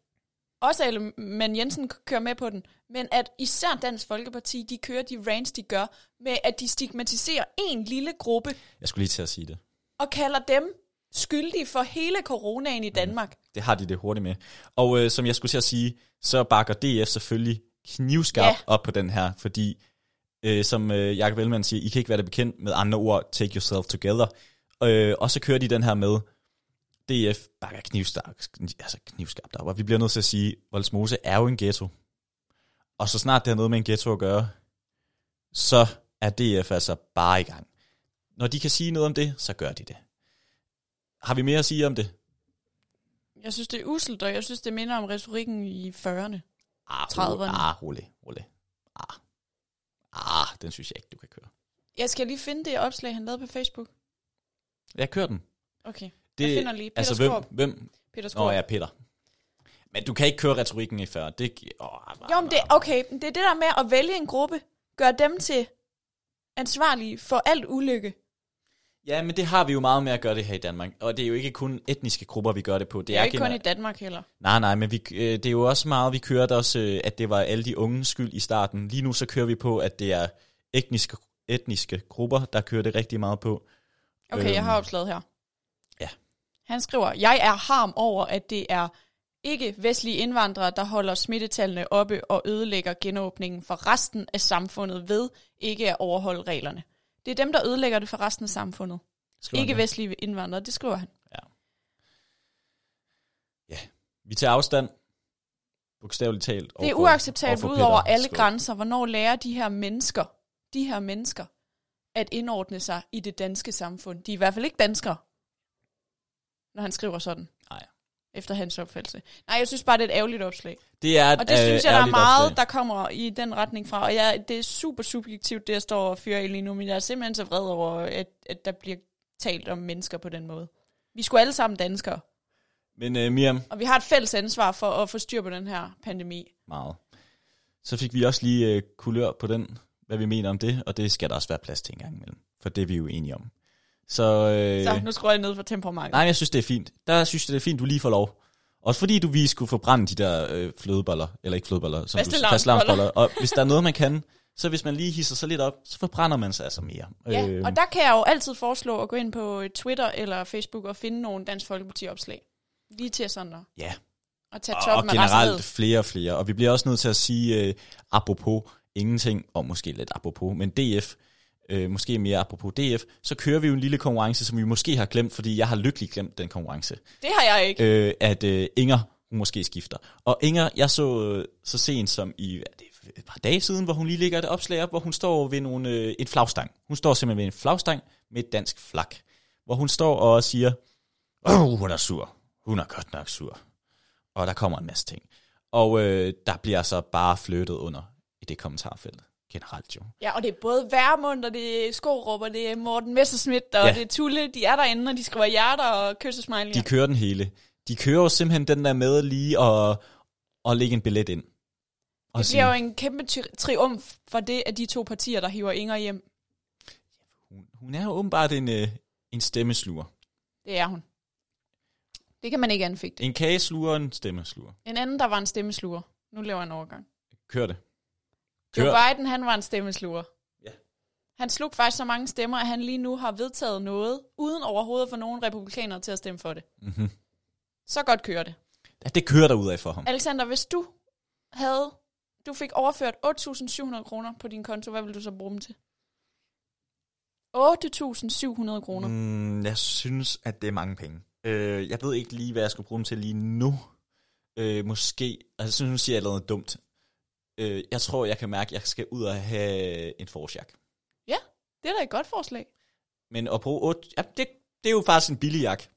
[SPEAKER 1] også at men Jensen k- kører med på den, men at især Dansk Folkeparti, de kører de rants, de gør, med at de stigmatiserer en lille gruppe,
[SPEAKER 2] Jeg skulle lige til at sige det.
[SPEAKER 1] og kalder dem skyldige for hele coronaen i Danmark. Mm.
[SPEAKER 2] Det har de det hurtigt med. Og øh, som jeg skulle til at sige, så bakker DF selvfølgelig knivskarpt
[SPEAKER 1] Ja.
[SPEAKER 2] ja. op på den her, fordi øh, som øh, Jacob Ellemann siger, I kan ikke være det bekendt med andre ord, take yourself together. Øh, og så kører de den her med, DF bakker knivstarkt, altså knivskarpt op, og vi bliver nødt til at sige, Voldsmose er jo en ghetto. Og så snart det har noget med en ghetto at gøre, så er DF altså bare i gang. Når de kan sige noget om det, så gør de det. Har vi mere at sige om det?
[SPEAKER 1] Jeg synes, det er uselt, og jeg synes, det minder om retorikken i 40'erne.
[SPEAKER 2] Ah,
[SPEAKER 1] 30'erne.
[SPEAKER 2] Ah, rolig, rolig. Ah. ah, den synes jeg ikke, du kan køre.
[SPEAKER 1] Jeg skal lige finde det opslag, han lavede på Facebook.
[SPEAKER 2] Jeg kører den.
[SPEAKER 1] Okay, det, jeg finder lige. Peter
[SPEAKER 2] altså,
[SPEAKER 1] altså,
[SPEAKER 2] hvem,
[SPEAKER 1] Skorup.
[SPEAKER 2] hvem?
[SPEAKER 1] Peter Skorup.
[SPEAKER 2] Nå ja, Peter. Men du kan ikke køre retorikken i 40. Det, gi- åh, ah,
[SPEAKER 1] Jo, men det, okay, men det er det der med at vælge en gruppe, gøre dem til ansvarlige for alt ulykke.
[SPEAKER 2] Ja, men det har vi jo meget med at gøre det her i Danmark. Og det er jo ikke kun etniske grupper, vi gør det på. Det,
[SPEAKER 1] Det er jo ikke kun i
[SPEAKER 2] gener-
[SPEAKER 1] Danmark heller.
[SPEAKER 2] Nej, nej, men vi, øh, det er jo også meget, vi kørte også, øh, at det var alle de unges skyld i starten. Lige nu så kører vi på, at det er etniske, etniske grupper, der kører det rigtig meget på.
[SPEAKER 1] Okay,
[SPEAKER 2] Øhm.
[SPEAKER 1] jeg har opslaget her.
[SPEAKER 2] Ja.
[SPEAKER 1] Han skriver, jeg er harm over, at det er ikke vestlige indvandrere, der holder smittetallene oppe og ødelægger genåbningen for resten af samfundet ved ikke at overholde reglerne. Det er dem, der ødelægger det for resten af samfundet.
[SPEAKER 2] Skriver han
[SPEAKER 1] ikke
[SPEAKER 2] det?
[SPEAKER 1] vestlige indvandrere, det skriver han.
[SPEAKER 2] Vi tager afstand, bogstaveligt talt.
[SPEAKER 1] Det er
[SPEAKER 2] overfor-
[SPEAKER 1] uacceptabelt
[SPEAKER 2] overfor
[SPEAKER 1] ud
[SPEAKER 2] Peter
[SPEAKER 1] over alle
[SPEAKER 2] Skaarup.
[SPEAKER 1] grænser. Hvornår lærer de her mennesker, de her mennesker, at indordne sig i det danske samfund? De er i hvert fald ikke danskere, når han skriver sådan.
[SPEAKER 2] Nej.
[SPEAKER 1] Efter hans opfattelse. Nej, jeg synes bare, det er et ærgerligt opslag.
[SPEAKER 2] Det er et,
[SPEAKER 1] Og det øh, synes jeg,
[SPEAKER 2] øh,
[SPEAKER 1] der er
[SPEAKER 2] ærligt
[SPEAKER 1] meget,
[SPEAKER 2] opslag.
[SPEAKER 1] opslag. der kommer i den retning fra. Og jeg, det er super subjektivt, det jeg står og fyrer i lige nu, men jeg er simpelthen så vred over, at, at der bliver talt om mennesker på den måde. Vi skulle alle sammen danskere,
[SPEAKER 2] Men øh, Miriam,
[SPEAKER 1] og vi har et fælles ansvar for at få styr på den her pandemi.
[SPEAKER 2] meget. Så fik vi også lige øh, kulør på den, hvad vi mener om det, og det skal der også være plads til en gang imellem, for det er vi jo enige om. Så, øh,
[SPEAKER 1] Så nu skruer jeg ned for temperamentet.
[SPEAKER 2] nej, men jeg synes, det er fint. Der synes jeg, det er fint, du lige får lov. Også fordi du lige skulle forbrænde de der øh, flødeboller, eller ikke flødeboller, som du,
[SPEAKER 1] Fastelavnsboller.
[SPEAKER 2] fastelavnsboller. Og hvis der er noget, man kan, så hvis man lige hisser sig lidt op, så forbrænder man sig altså mere.
[SPEAKER 1] Ja, og der kan jeg jo altid foreslå at gå ind på øh, Twitter eller Facebook og finde nogle Dansk Folkeparti-opslag. Lige til sådan at,
[SPEAKER 2] ja.
[SPEAKER 1] at tage
[SPEAKER 2] og, og
[SPEAKER 1] toppen af
[SPEAKER 2] generelt
[SPEAKER 1] resten.
[SPEAKER 2] flere og flere. Og vi bliver også nødt til at sige, øh, apropos ingenting, og måske lidt apropos, men DF, øh, måske mere apropos DF, så kører vi jo en lille konkurrence, som vi måske har glemt, fordi jeg har lykkeligt glemt den konkurrence,
[SPEAKER 1] Det har jeg ikke.
[SPEAKER 2] øh, at øh, Inger hun måske skifter. Og Inger, jeg så øh, så sent som i hvad er det, et par dage siden, hvor hun lige lægger et opslag op, hvor hun står ved nogle, øh, et flagstang. Hun står simpelthen ved en flagstang med et dansk flag, hvor hun står og siger, Åh, hun er sur. Hun er godt nok sur. Og der kommer en masse ting. Og øh, der bliver så bare flyttet under i det kommentarfelt. Generelt jo.
[SPEAKER 1] Ja, og det er både Værmund, og det er Skorup, og det er Morten Messerschmidt, og
[SPEAKER 2] Ja.
[SPEAKER 1] ja. det er Tulle. De er derinde, og de skriver hjerter og kyssesmiley.
[SPEAKER 2] De kører den hele. De kører jo simpelthen den der med lige at, at lægge en billet ind. Og
[SPEAKER 1] Det
[SPEAKER 2] sige-
[SPEAKER 1] bliver jo en kæmpe tri- triumf for det, at de to partier, der hiver Inger hjem.
[SPEAKER 2] Hun, hun er jo åbenbart en, øh, en stemmesluger.
[SPEAKER 1] Det er hun. Det kan man ikke anfægte.
[SPEAKER 2] En kagesluger og en stemmesluger.
[SPEAKER 1] En anden, der var en stemmesluger. Nu laver jeg en overgang.
[SPEAKER 2] Kør det.
[SPEAKER 1] Joe
[SPEAKER 2] Kør.
[SPEAKER 1] Biden, han var en stemmesluger.
[SPEAKER 2] Ja.
[SPEAKER 1] Han slog faktisk så mange stemmer, at han lige nu har vedtaget noget, uden overhovedet for nogen republikanere til at stemme for det.
[SPEAKER 2] Mm-hmm.
[SPEAKER 1] Så godt kører det.
[SPEAKER 2] Ja, det kører der ud af for ham.
[SPEAKER 1] Alexander, hvis du havde, du fik overført 8.700 kroner på din konto, hvad ville du så bruge dem til? 8.700 kroner. Mm.
[SPEAKER 2] Mm, jeg synes, at det er mange penge. Øh, jeg ved ikke lige, hvad jeg skulle bruge dem til lige nu. Øh, måske. Altså, jeg synes, nu siger jeg noget dumt. Øh, jeg tror, jeg kan mærke, at jeg skal ud og have en forårsjakke.
[SPEAKER 1] Det er da et godt forslag.
[SPEAKER 2] Men at bruge 8... Ja, det, det er jo faktisk en billig jakke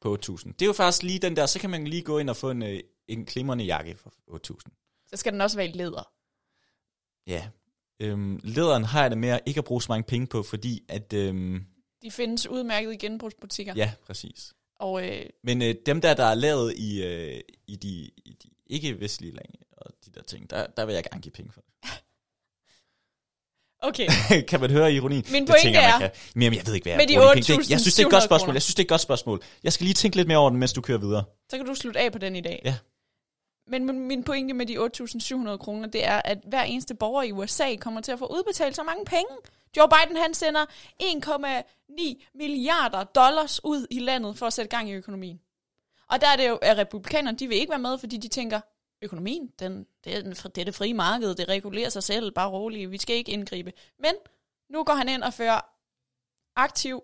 [SPEAKER 2] på 8.000. Det er jo faktisk lige den der, så kan man lige gå ind og få en, øh, en glimrende jakke for 8.000.
[SPEAKER 1] Så skal den også være i læder.
[SPEAKER 2] Ja. Øhm, lederen har jeg det med at ikke at bruge så mange penge på, fordi at... Øhm,
[SPEAKER 1] De findes udmærket i genbrugsbutikker. Ja.
[SPEAKER 2] ja, præcis.
[SPEAKER 1] Og øh,
[SPEAKER 2] Men øh, dem der, der er lavet i, øh, i, de, i de ikke-vestlige lande og de der ting, der, der vil jeg gerne give penge for.
[SPEAKER 1] okay,
[SPEAKER 2] kan man høre ironien?
[SPEAKER 1] Min
[SPEAKER 2] Det
[SPEAKER 1] pointe
[SPEAKER 2] tænker jeg,
[SPEAKER 1] er-
[SPEAKER 2] man kan. Men jamen, jeg ved ikke, hvad jeg
[SPEAKER 1] Med de
[SPEAKER 2] bruger penge til. Det- Jeg synes, det er et godt
[SPEAKER 1] 8.700
[SPEAKER 2] spørgsmål.
[SPEAKER 1] kroner.
[SPEAKER 2] Jeg synes, det er et godt spørgsmål. Jeg skal lige tænke lidt mere over den, mens du kører videre.
[SPEAKER 1] så kan du slutte af på den i dag.
[SPEAKER 2] Ja.
[SPEAKER 1] Men min, min pointe med de 8.700 kroner, det er, at hver eneste borger i USA kommer til at få udbetalt så mange penge. Joe Biden, han sender 1,9 milliarder dollars ud i landet for at sætte gang i økonomien. Og der er det jo, at republikanerne, de vil ikke være med, fordi de tænker, økonomien, den, det, er den, det er det frie marked, det regulerer sig selv, bare roligt, vi skal ikke indgribe. Men nu går han ind og fører aktiv,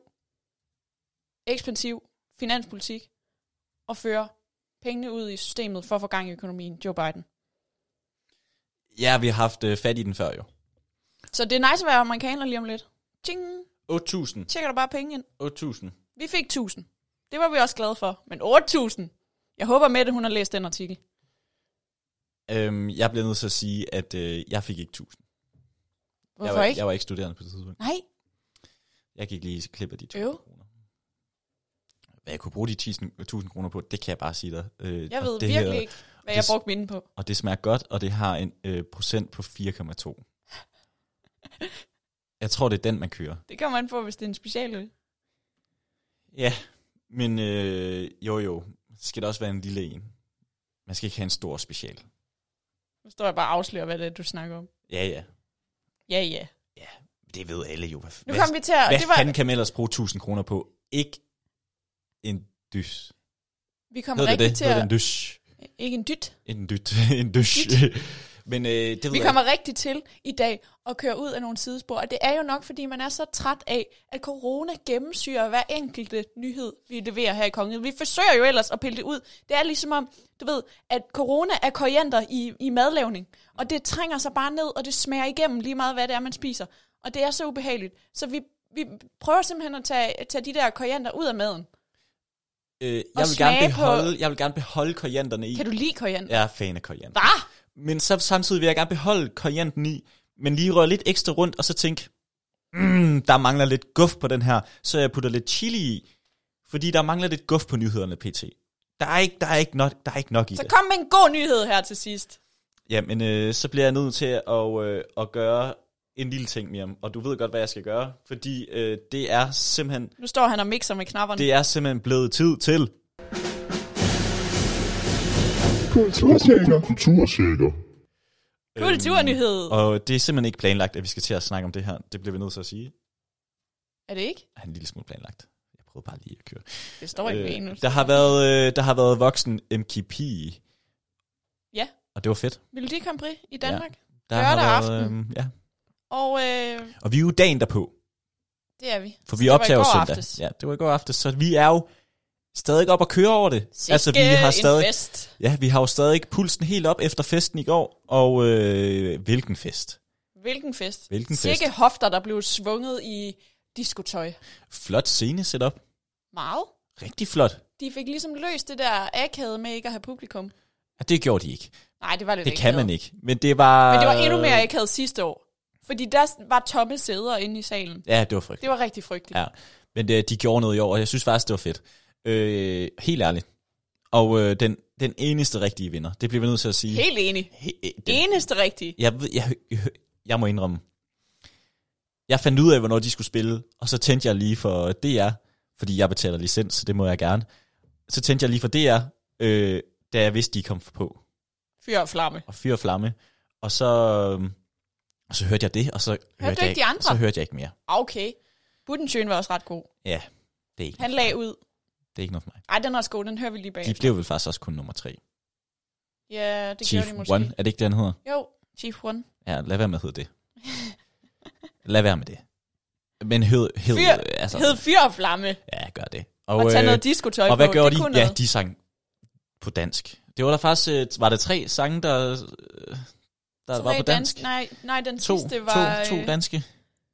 [SPEAKER 1] ekspansiv finanspolitik og fører pengene ud i systemet for at få gang i økonomien, Joe Biden.
[SPEAKER 2] Ja, vi har haft øh, fat i den før jo.
[SPEAKER 1] Så det er nice at være amerikaner lige om lidt. Ting,
[SPEAKER 2] 8.000.
[SPEAKER 1] tjekker du bare penge ind.
[SPEAKER 2] 8.000.
[SPEAKER 1] Vi fik 1000. Det var vi også glade for. Men 8000. Jeg håber, Mette, hun har læst den artikel.
[SPEAKER 2] Øhm, jeg bliver nødt til at sige, at øh, jeg fik ikke 1.000.
[SPEAKER 1] Hvorfor
[SPEAKER 2] jeg var,
[SPEAKER 1] ikke?
[SPEAKER 2] Jeg var ikke studerende på det tidspunkt.
[SPEAKER 1] Nej.
[SPEAKER 2] Jeg gik lige klippe af de 1.000
[SPEAKER 1] Øv.
[SPEAKER 2] kroner. Hvad jeg kunne bruge de 1.000 kroner på, det kan jeg bare sige dig. Øh,
[SPEAKER 1] Jeg
[SPEAKER 2] og
[SPEAKER 1] ved
[SPEAKER 2] det
[SPEAKER 1] virkelig
[SPEAKER 2] her-
[SPEAKER 1] ikke, hvad
[SPEAKER 2] det
[SPEAKER 1] jeg
[SPEAKER 2] s-
[SPEAKER 1] brugte mine på.
[SPEAKER 2] Og det smager godt, og det har en øh, procent på 4,2. Jeg tror, det er den, man kører.
[SPEAKER 1] Det kommer man på, hvis det er en specialøl.
[SPEAKER 2] Ja, men øh, jo jo, så skal det også være en lille en. Man skal ikke have en stor special.
[SPEAKER 1] Nu står jeg bare og afslører, hvad det er, du snakker om.
[SPEAKER 2] Ja, ja.
[SPEAKER 1] Ja, ja.
[SPEAKER 2] Det ved alle jo. Hvad,
[SPEAKER 1] Nu
[SPEAKER 2] hvad,
[SPEAKER 1] kom vi til at...
[SPEAKER 2] hvad
[SPEAKER 1] Det var,
[SPEAKER 2] fanden kan man ellers bruge 1000 kroner på? Ikke en dys.
[SPEAKER 1] vi kom
[SPEAKER 2] Hedder det
[SPEAKER 1] rigtig
[SPEAKER 2] det?
[SPEAKER 1] til
[SPEAKER 2] Hedder det
[SPEAKER 1] at...
[SPEAKER 2] en dys?
[SPEAKER 1] Ikke en dyt.
[SPEAKER 2] En dyt. en dys. men øh, det ved
[SPEAKER 1] Vi
[SPEAKER 2] jeg
[SPEAKER 1] kommer rigtig til i dag at køre ud af nogle sidespor. Og det er jo nok, fordi man er så træt af, at corona gennemsyrer hver enkelte nyhed, vi leverer her i kongen. Vi forsøger jo ellers at pille det ud. Det er ligesom om, du ved, at corona er koriander i, i madlavning. Og det trænger sig bare ned, og det smager igennem lige meget, hvad det er, man spiser. Og det er så ubehageligt. Så vi, vi prøver simpelthen at tage, tage de der koriander ud af maden.
[SPEAKER 2] Øh, jeg, vil
[SPEAKER 1] smage
[SPEAKER 2] gerne
[SPEAKER 1] på-
[SPEAKER 2] beholde, jeg vil gerne beholde korianderne i.
[SPEAKER 1] Kan du lide koriander?
[SPEAKER 2] Jeg er fan af koriander.
[SPEAKER 1] Hvad?
[SPEAKER 2] Men så samtidig vil jeg gerne beholde korianten i, men lige røre lidt ekstra rundt, og så tænke, mm, der mangler lidt guf på den her, så jeg putter lidt chili i, fordi der mangler lidt guf på nyhederne pt. Der er ikke, der er ikke, nok, der er ikke nok i
[SPEAKER 1] Så
[SPEAKER 2] det.
[SPEAKER 1] kom med en god nyhed her til sidst.
[SPEAKER 2] Ja, men øh, så bliver jeg nødt til at, øh, at gøre en lille ting, Miriam, og du ved godt, hvad jeg skal gøre, fordi øh, det er simpelthen
[SPEAKER 1] Nu står han og mixer med knapperne.
[SPEAKER 2] det er simpelthen blevet tid til
[SPEAKER 3] Kulturshaker. Kulturshaker.
[SPEAKER 1] Kulturnyhed.
[SPEAKER 2] øhm, Og det er simpelthen ikke planlagt, at vi skal til at snakke om det her. Det bliver vi nødt til at sige.
[SPEAKER 1] Er det ikke?
[SPEAKER 2] Er en lille smule planlagt. Jeg prøvede bare lige at køre.
[SPEAKER 1] Det står ikke øh,
[SPEAKER 2] der har været øh, der har været voksen MKP.
[SPEAKER 1] Ja.
[SPEAKER 2] Og det var fedt.
[SPEAKER 1] Melodi Grand Prix i Danmark. Ja.
[SPEAKER 2] Der
[SPEAKER 1] Lørdag
[SPEAKER 2] har
[SPEAKER 1] aften.
[SPEAKER 2] øh, ja.
[SPEAKER 1] Og øh,
[SPEAKER 2] Og vi er jo dagen derpå,
[SPEAKER 1] det er vi.
[SPEAKER 2] for
[SPEAKER 1] Så
[SPEAKER 2] vi
[SPEAKER 1] det var i
[SPEAKER 2] optager jo
[SPEAKER 1] går
[SPEAKER 2] søndag.
[SPEAKER 1] aftes.
[SPEAKER 2] Ja, det var i går aftes, så vi er jo stadig op og køre over det. altså vi har stadig
[SPEAKER 1] en fest.
[SPEAKER 2] ja, vi har jo stadig pulsen helt op efter festen i går og øh, hvilken fest.
[SPEAKER 1] Hvilken fest?
[SPEAKER 2] Hvilken fest?
[SPEAKER 1] Sikke hofter, der blev svunget i diskotøj.
[SPEAKER 2] Flot scene setup.
[SPEAKER 1] Meget.
[SPEAKER 2] Rigtig flot.
[SPEAKER 1] De fik ligesom løst det der akade med ikke at have publikum.
[SPEAKER 2] Ja, det gjorde de ikke.
[SPEAKER 1] Nej, det var lidt
[SPEAKER 2] Det kan man
[SPEAKER 1] akavet.
[SPEAKER 2] ikke. Øh. Men det var
[SPEAKER 1] Men det var endnu mere akavet sidste år. Fordi der var tomme sæder inde i salen.
[SPEAKER 2] Ja, det var frygteligt.
[SPEAKER 1] Det var rigtig frygteligt.
[SPEAKER 2] Ja, men det, de gjorde noget i år, og jeg synes faktisk, det var fedt. Øh, helt ærligt. Og øh, den, den eneste rigtige vinder, det bliver vi nødt til at sige.
[SPEAKER 1] Helt enig.
[SPEAKER 2] He- øh, den,
[SPEAKER 1] Eneste rigtige.
[SPEAKER 2] jeg, ved, jeg, jeg, jeg må indrømme, jeg fandt ud af, hvornår de skulle spille, og så tændte jeg lige for DR, fordi jeg betaler licens, så det må jeg gerne. Så tændte jeg lige for DR, øh, da jeg vidste, de kom på,
[SPEAKER 1] Fyr og flamme.
[SPEAKER 2] og fyr og flamme. Og så, øh, og så hørte jeg det, og så hørte,
[SPEAKER 1] du
[SPEAKER 2] jeg,
[SPEAKER 1] ikke de andre?
[SPEAKER 2] så hørte jeg ikke mere.
[SPEAKER 1] Okay. Buttensjøen var også ret god.
[SPEAKER 2] Ja, det er ikke,
[SPEAKER 1] Han lagde ud.
[SPEAKER 2] det er ikke noget for mig.
[SPEAKER 1] Ej, den er også god. Den hører vi lige bag.
[SPEAKER 2] De blev vel faktisk også kun nummer tre.
[SPEAKER 1] Ja, det
[SPEAKER 2] Chief
[SPEAKER 1] gjorde de måske.
[SPEAKER 2] One, er det ikke det, han hedder?
[SPEAKER 1] Jo, Chief One.
[SPEAKER 2] Ja, lad være med at hedde det. lad være med det. Men hed, hed,
[SPEAKER 1] Fyr,
[SPEAKER 2] altså,
[SPEAKER 1] Hed Fyr og Flamme.
[SPEAKER 2] ja, gør det.
[SPEAKER 1] Og, og tage
[SPEAKER 2] øh,
[SPEAKER 1] noget disco-tøj
[SPEAKER 2] og hvad
[SPEAKER 1] på.
[SPEAKER 2] gjorde
[SPEAKER 1] det
[SPEAKER 2] de?
[SPEAKER 1] kunne
[SPEAKER 2] Ja,
[SPEAKER 1] noget.
[SPEAKER 2] de sang på dansk. Det var der faktisk, øh, var der tre sange, der, øh, der var
[SPEAKER 1] Tre
[SPEAKER 2] på dansk?
[SPEAKER 1] Nej, nej den
[SPEAKER 2] to,
[SPEAKER 1] sidste var...
[SPEAKER 2] to, to
[SPEAKER 1] øh,
[SPEAKER 2] danske.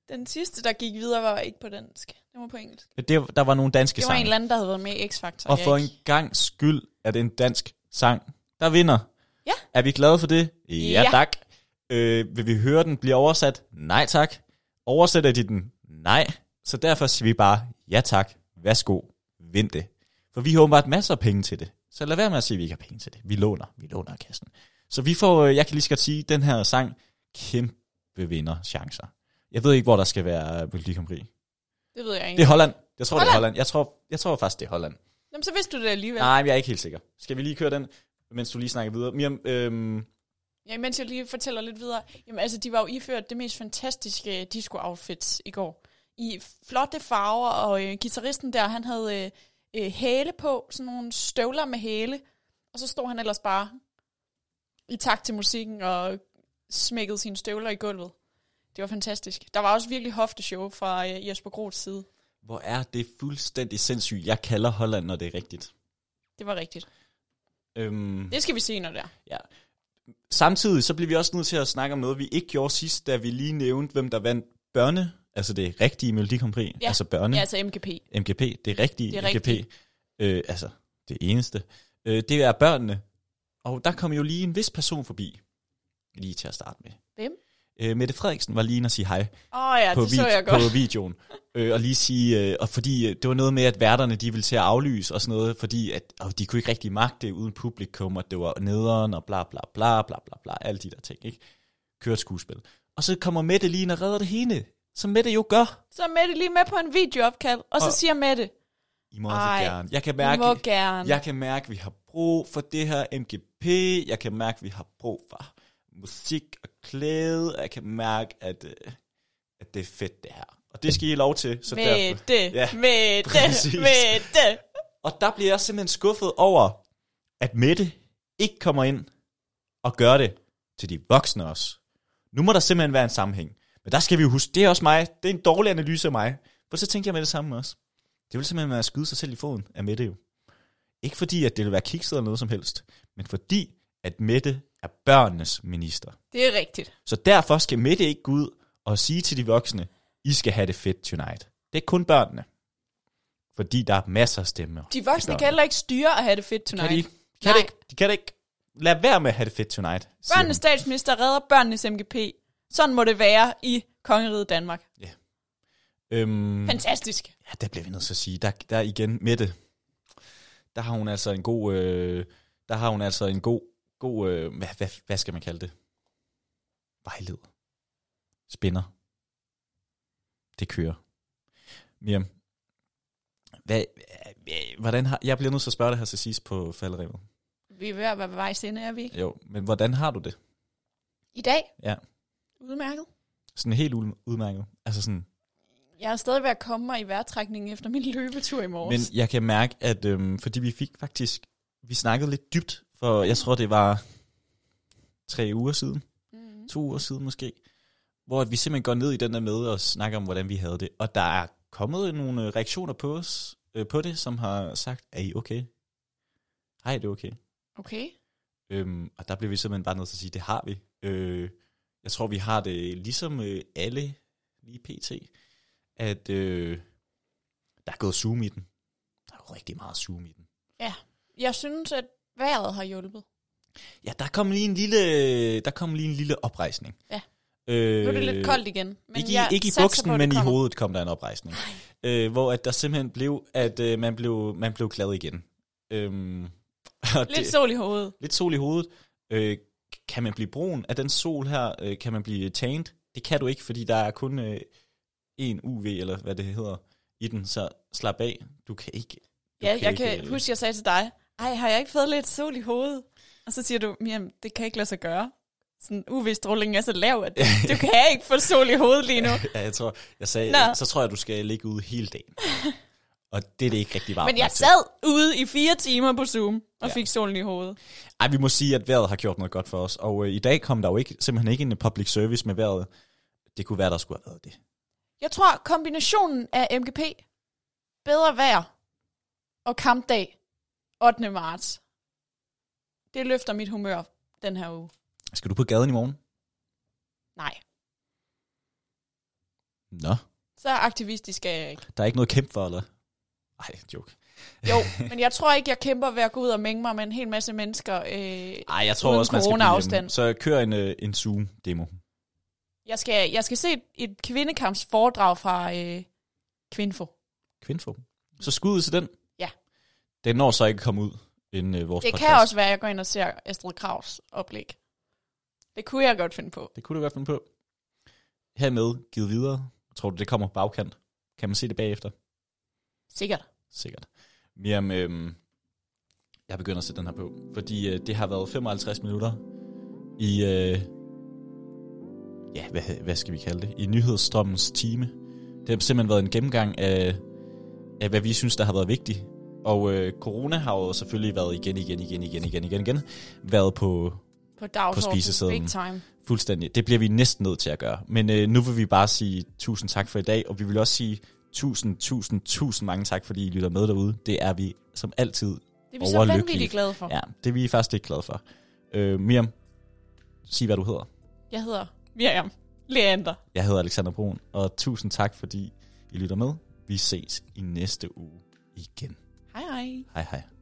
[SPEAKER 1] Den sidste, der gik videre, var ikke på dansk. Det var på engelsk. Det,
[SPEAKER 2] Det, der var nogle danske
[SPEAKER 1] var en
[SPEAKER 2] sange.
[SPEAKER 1] eller anden, der havde været med i X-Factor.
[SPEAKER 2] og
[SPEAKER 1] jeg
[SPEAKER 2] for en
[SPEAKER 1] ikke.
[SPEAKER 2] gang skyld er det en dansk sang, der vinder.
[SPEAKER 1] Ja.
[SPEAKER 2] Er vi glade for det? Ja,
[SPEAKER 1] Ja.
[SPEAKER 2] tak. Øh, vil vi høre den blive oversat? Nej tak. Oversætter de den? Nej. Så derfor siger vi bare, ja tak, værsgo, vind det. For vi har åbenbart masser af penge til det. Så lad være med at sige, at vi ikke har penge til det. Vi låner, vi låner af kassen. Så vi får, øh, jeg kan lige så godt sige, den her sang, kæmpe vinder chancer. Jeg ved ikke, hvor der skal være øh, Melodi Grand Prix.
[SPEAKER 1] Det ved jeg
[SPEAKER 2] Det er
[SPEAKER 1] ikke.
[SPEAKER 2] Holland. Jeg tror, det er
[SPEAKER 1] Holland.
[SPEAKER 2] Holland. Jeg tror, jeg tror faktisk, det er Holland.
[SPEAKER 1] Jamen, så vidste du det alligevel.
[SPEAKER 2] Nej, men jeg er ikke helt sikker. Skal vi lige køre den, mens du lige snakker videre? Miriam, øhm,
[SPEAKER 1] Ja, mens jeg lige fortæller lidt videre. Jamen, altså, de var jo iført det mest fantastiske disco-outfits i går. I flotte farver, og øh, gitarristen der, han havde øh, øh, hæle på, sådan nogle støvler med hæle. Og så stod han ellers bare i takt til musikken og smækkede sine støvler i gulvet. Det var fantastisk. Der var også virkelig hofteshow fra øh, Jesper Groths side.
[SPEAKER 2] Hvor er det fuldstændig sindssygt. Jeg kalder Holland, når det er rigtigt.
[SPEAKER 1] Det var rigtigt.
[SPEAKER 2] Øhm,
[SPEAKER 1] Det skal vi se, når det er.
[SPEAKER 2] ja. Samtidig så bliver vi også nødt til at snakke om noget, vi ikke gjorde sidst, da vi lige nævnte, hvem der vandt børne, altså det rigtige Melodi Grand Prix,
[SPEAKER 1] Ja.
[SPEAKER 2] altså børne,
[SPEAKER 1] Ja, altså MGP.
[SPEAKER 2] MGP, det rigtige
[SPEAKER 1] Det er
[SPEAKER 2] det MGP, øh, altså det eneste, øh, det er børnene. Og der kom jo lige en vis person forbi, lige til at starte med.
[SPEAKER 1] Hvem?
[SPEAKER 2] Øh, Mette Frederiksen var lige inde og sige hej
[SPEAKER 1] Åh oh, ja,
[SPEAKER 2] på,
[SPEAKER 1] det så jeg godt.
[SPEAKER 2] på videoen. Øh, og lige sige, øh, og fordi øh, det var noget med, at værterne de ville til at aflyse og sådan noget, fordi at, og de kunne ikke rigtig magte det uden publikum, og det var nederen og bla bla bla bla bla bla, alle de der ting, ikke? Kørt skuespil. Og så kommer Mette lige ind og redder det hele, som Mette jo gør.
[SPEAKER 1] Så er Mette lige med på en videoopkald, og så
[SPEAKER 2] Og-
[SPEAKER 1] siger Mette,
[SPEAKER 2] I må også
[SPEAKER 1] Ej,
[SPEAKER 2] gerne. Jeg kan
[SPEAKER 1] du
[SPEAKER 2] mærke,
[SPEAKER 1] må gerne.
[SPEAKER 2] jeg kan mærke, at vi har brug for det her MGP. Jeg kan mærke, at vi har brug for musik og klæde. Og jeg kan mærke, at, øh, at det er fedt, det her. Og det skal I have lov til. Så derfor.
[SPEAKER 1] Mette,
[SPEAKER 2] Ja,
[SPEAKER 1] Mette,
[SPEAKER 2] præcis.
[SPEAKER 1] Mette.
[SPEAKER 2] Og der bliver jeg simpelthen skuffet over, at Mette ikke kommer ind og gør det til de voksne også. Nu må der simpelthen være en sammenhæng. Men der skal vi jo huske, det er også mig. Det er en dårlig analyse af mig. For så tænkte jeg med det samme også. Det vil simpelthen være at skyde sig selv i foden af Mette jo. Ikke fordi, at det vil være kikset eller noget som helst, men fordi, at Mette er børnenes minister.
[SPEAKER 1] Det er rigtigt.
[SPEAKER 2] Så derfor skal Mette ikke gå ud og sige til de voksne, I skal have det fedt tonight. Det er kun børnene. Fordi der er masser af stemmer.
[SPEAKER 1] De voksne
[SPEAKER 2] i
[SPEAKER 1] kan
[SPEAKER 2] børnene.
[SPEAKER 1] heller ikke styre at have det fedt
[SPEAKER 2] Kan
[SPEAKER 1] tonight.
[SPEAKER 2] de, ikke? de kan det
[SPEAKER 1] Nej.
[SPEAKER 2] ikke. De kan det ikke. Lad være med at have det fedt tonight. siger
[SPEAKER 1] Børnenes
[SPEAKER 2] hun.
[SPEAKER 1] statsminister redder børnenes MGP. Sådan må det være i kongeriget Danmark.
[SPEAKER 2] Øhm,
[SPEAKER 1] Fantastisk.
[SPEAKER 2] ja, det bliver vi nødt til at sige. Der, der er igen Mette. Der har hun altså en god... Øh, der har hun altså en god... god øh, hvad, hvad, hvad skal man kalde det? Vejleder. Spinder. Det kører. Miriam. Hvad, hvad- hvordan har, jeg bliver nødt til at spørge dig her til sidst på falderevet.
[SPEAKER 1] Vi er ved at være ved vejs ende, er vi ikke?
[SPEAKER 2] Jo, men hvordan har du det?
[SPEAKER 1] I dag?
[SPEAKER 2] Ja.
[SPEAKER 1] Udmærket.
[SPEAKER 2] Sådan helt ul- udmærket. Altså sådan,
[SPEAKER 1] Jeg er stadig ved at komme mig i vejrtrækningen efter min løbetur i
[SPEAKER 2] Men
[SPEAKER 1] morges.
[SPEAKER 2] jeg kan mærke, at øhm, fordi vi fik faktisk, vi snakkede lidt dybt, for jeg tror, det var tre uger siden,
[SPEAKER 1] Men...
[SPEAKER 2] to uger siden måske, hvor at vi simpelthen går ned i den der med og snakker om, hvordan vi havde det. Og der er kommet nogle øh, reaktioner på os, øh, på det, som har sagt, er I okay? Hej, det er okay.
[SPEAKER 1] Okay.
[SPEAKER 2] Øhm, og der bliver vi simpelthen bare nødt til at sige, det har vi. Øh, jeg tror, vi har det ligesom øh, alle lige pt, at øh, der er gået Zoom i den. Der er jo rigtig meget Zoom i den.
[SPEAKER 1] Jeg synes, at vejret har hjulpet.
[SPEAKER 2] Ja, der kom lige en lille, der kom lige en lille oprejsning.
[SPEAKER 1] Ja.
[SPEAKER 2] Øh,
[SPEAKER 1] Nu er det lidt koldt igen. Men
[SPEAKER 2] ikke, i-
[SPEAKER 1] jeg
[SPEAKER 2] ikke i
[SPEAKER 1] satser
[SPEAKER 2] buksen,
[SPEAKER 1] på, at det
[SPEAKER 2] men i
[SPEAKER 1] kommer.
[SPEAKER 2] hovedet kom der en oprejsning. Øh, hvor at der simpelthen blev, at øh, man, blev, man blev glad igen. Øhm, og
[SPEAKER 1] Lidt sol i hovedet.
[SPEAKER 2] lidt sol i hovedet. Øh, kan man blive brun af den sol her? Øh, kan man blive tanned? Det kan du ikke, fordi der er kun øh, én UV, eller hvad det hedder, i den. Så slap af. Du kan ikke... Du
[SPEAKER 1] Ja, jeg
[SPEAKER 2] ikke,
[SPEAKER 1] kan
[SPEAKER 2] øh,
[SPEAKER 1] huske, jeg sagde til dig, ej, har jeg ikke fået lidt sol i hovedet? Og så siger du, jamen, det kan ikke lade sig gøre. Sådan UV-strålingen er så lav, at du kan ikke få sol i hovedet lige nu.
[SPEAKER 2] Ja, jeg tror, jeg sagde,
[SPEAKER 1] Nå.
[SPEAKER 2] så tror jeg, du skal ligge ude hele dagen. Og det er det ikke rigtig varmt.
[SPEAKER 1] Men jeg
[SPEAKER 2] nok til.
[SPEAKER 1] sad ude i fire timer på Zoom og
[SPEAKER 2] Ja.
[SPEAKER 1] fik solen i hovedet.
[SPEAKER 2] Ej, vi må sige, at vejret har gjort noget godt for os. Og øh, i dag kom der jo ikke, simpelthen ikke en public service med vejret. Det kunne være, der skulle have været det.
[SPEAKER 1] Jeg tror, kombinationen af MGP, bedre vejr og kampdag 8. marts, det løfter mit humør den her uge.
[SPEAKER 2] Skal du på gaden i morgen?
[SPEAKER 1] Nej,
[SPEAKER 2] Nå,
[SPEAKER 1] så aktivistisk er jeg ikke.
[SPEAKER 2] der er ikke noget kæmpe for, eller? Ej, joke.
[SPEAKER 1] Jo, men jeg tror ikke, jeg kæmper ved at gå ud og mænge mig med en hel masse mennesker. Øh,
[SPEAKER 2] Ej, jeg tror
[SPEAKER 1] Uden
[SPEAKER 2] også, man skal blive
[SPEAKER 1] corona-afstand.
[SPEAKER 2] hjemme. Så kør en, øh, en Zoom-demo.
[SPEAKER 1] Jeg skal, jeg skal se et, et kvindekampsforedrag fra øh, Kvinfo.
[SPEAKER 2] Kvindforum. Så skud ud til den.
[SPEAKER 1] Ja.
[SPEAKER 2] Den når så ikke at komme ud inden øh, vores
[SPEAKER 1] Det
[SPEAKER 2] podcast.
[SPEAKER 1] kan også være, at jeg går ind og ser Astrid Kravs oplæg. Det kunne jeg godt finde på.
[SPEAKER 2] Det kunne du godt finde på. Hermed givet videre. Tror du, det kommer på bagkant? Kan man se det bagefter?
[SPEAKER 1] Sikkert.
[SPEAKER 2] Sikkert. Miriam, øhm, jeg begynder at sætte den her på, fordi øh, det har været 55 minutter i, øh, ja, hvad, hvad skal vi kalde det, i nyhedsstrømmens time. Det har simpelthen været en gennemgang af, af hvad vi synes, der har været vigtigt. Og øh, corona har jo selvfølgelig været igen, igen, igen, igen, igen, igen, igen, været på
[SPEAKER 1] på dagsordenen.
[SPEAKER 2] spisesedlen.
[SPEAKER 1] Big time.
[SPEAKER 2] Fuldstændig. Det bliver vi næsten nødt til at gøre. Men øh, nu vil vi bare sige tusind tak for i dag, og vi vil også sige tusind, tusind, tusind mange tak, fordi I lytter med derude. Det er vi som altid.
[SPEAKER 1] Det er vi så
[SPEAKER 2] Overlykkelige.
[SPEAKER 1] vanvittigt glade for. Ja.
[SPEAKER 2] Ja, det er vi faktisk ikke glade for. Øh, Miriam, sig hvad du hedder.
[SPEAKER 1] Jeg hedder Miriam Leander.
[SPEAKER 2] Jeg hedder Alexander Brun, og tusind tak, fordi I lytter med. Vi ses i næste uge igen.
[SPEAKER 1] Hej hej.
[SPEAKER 2] Hej hej.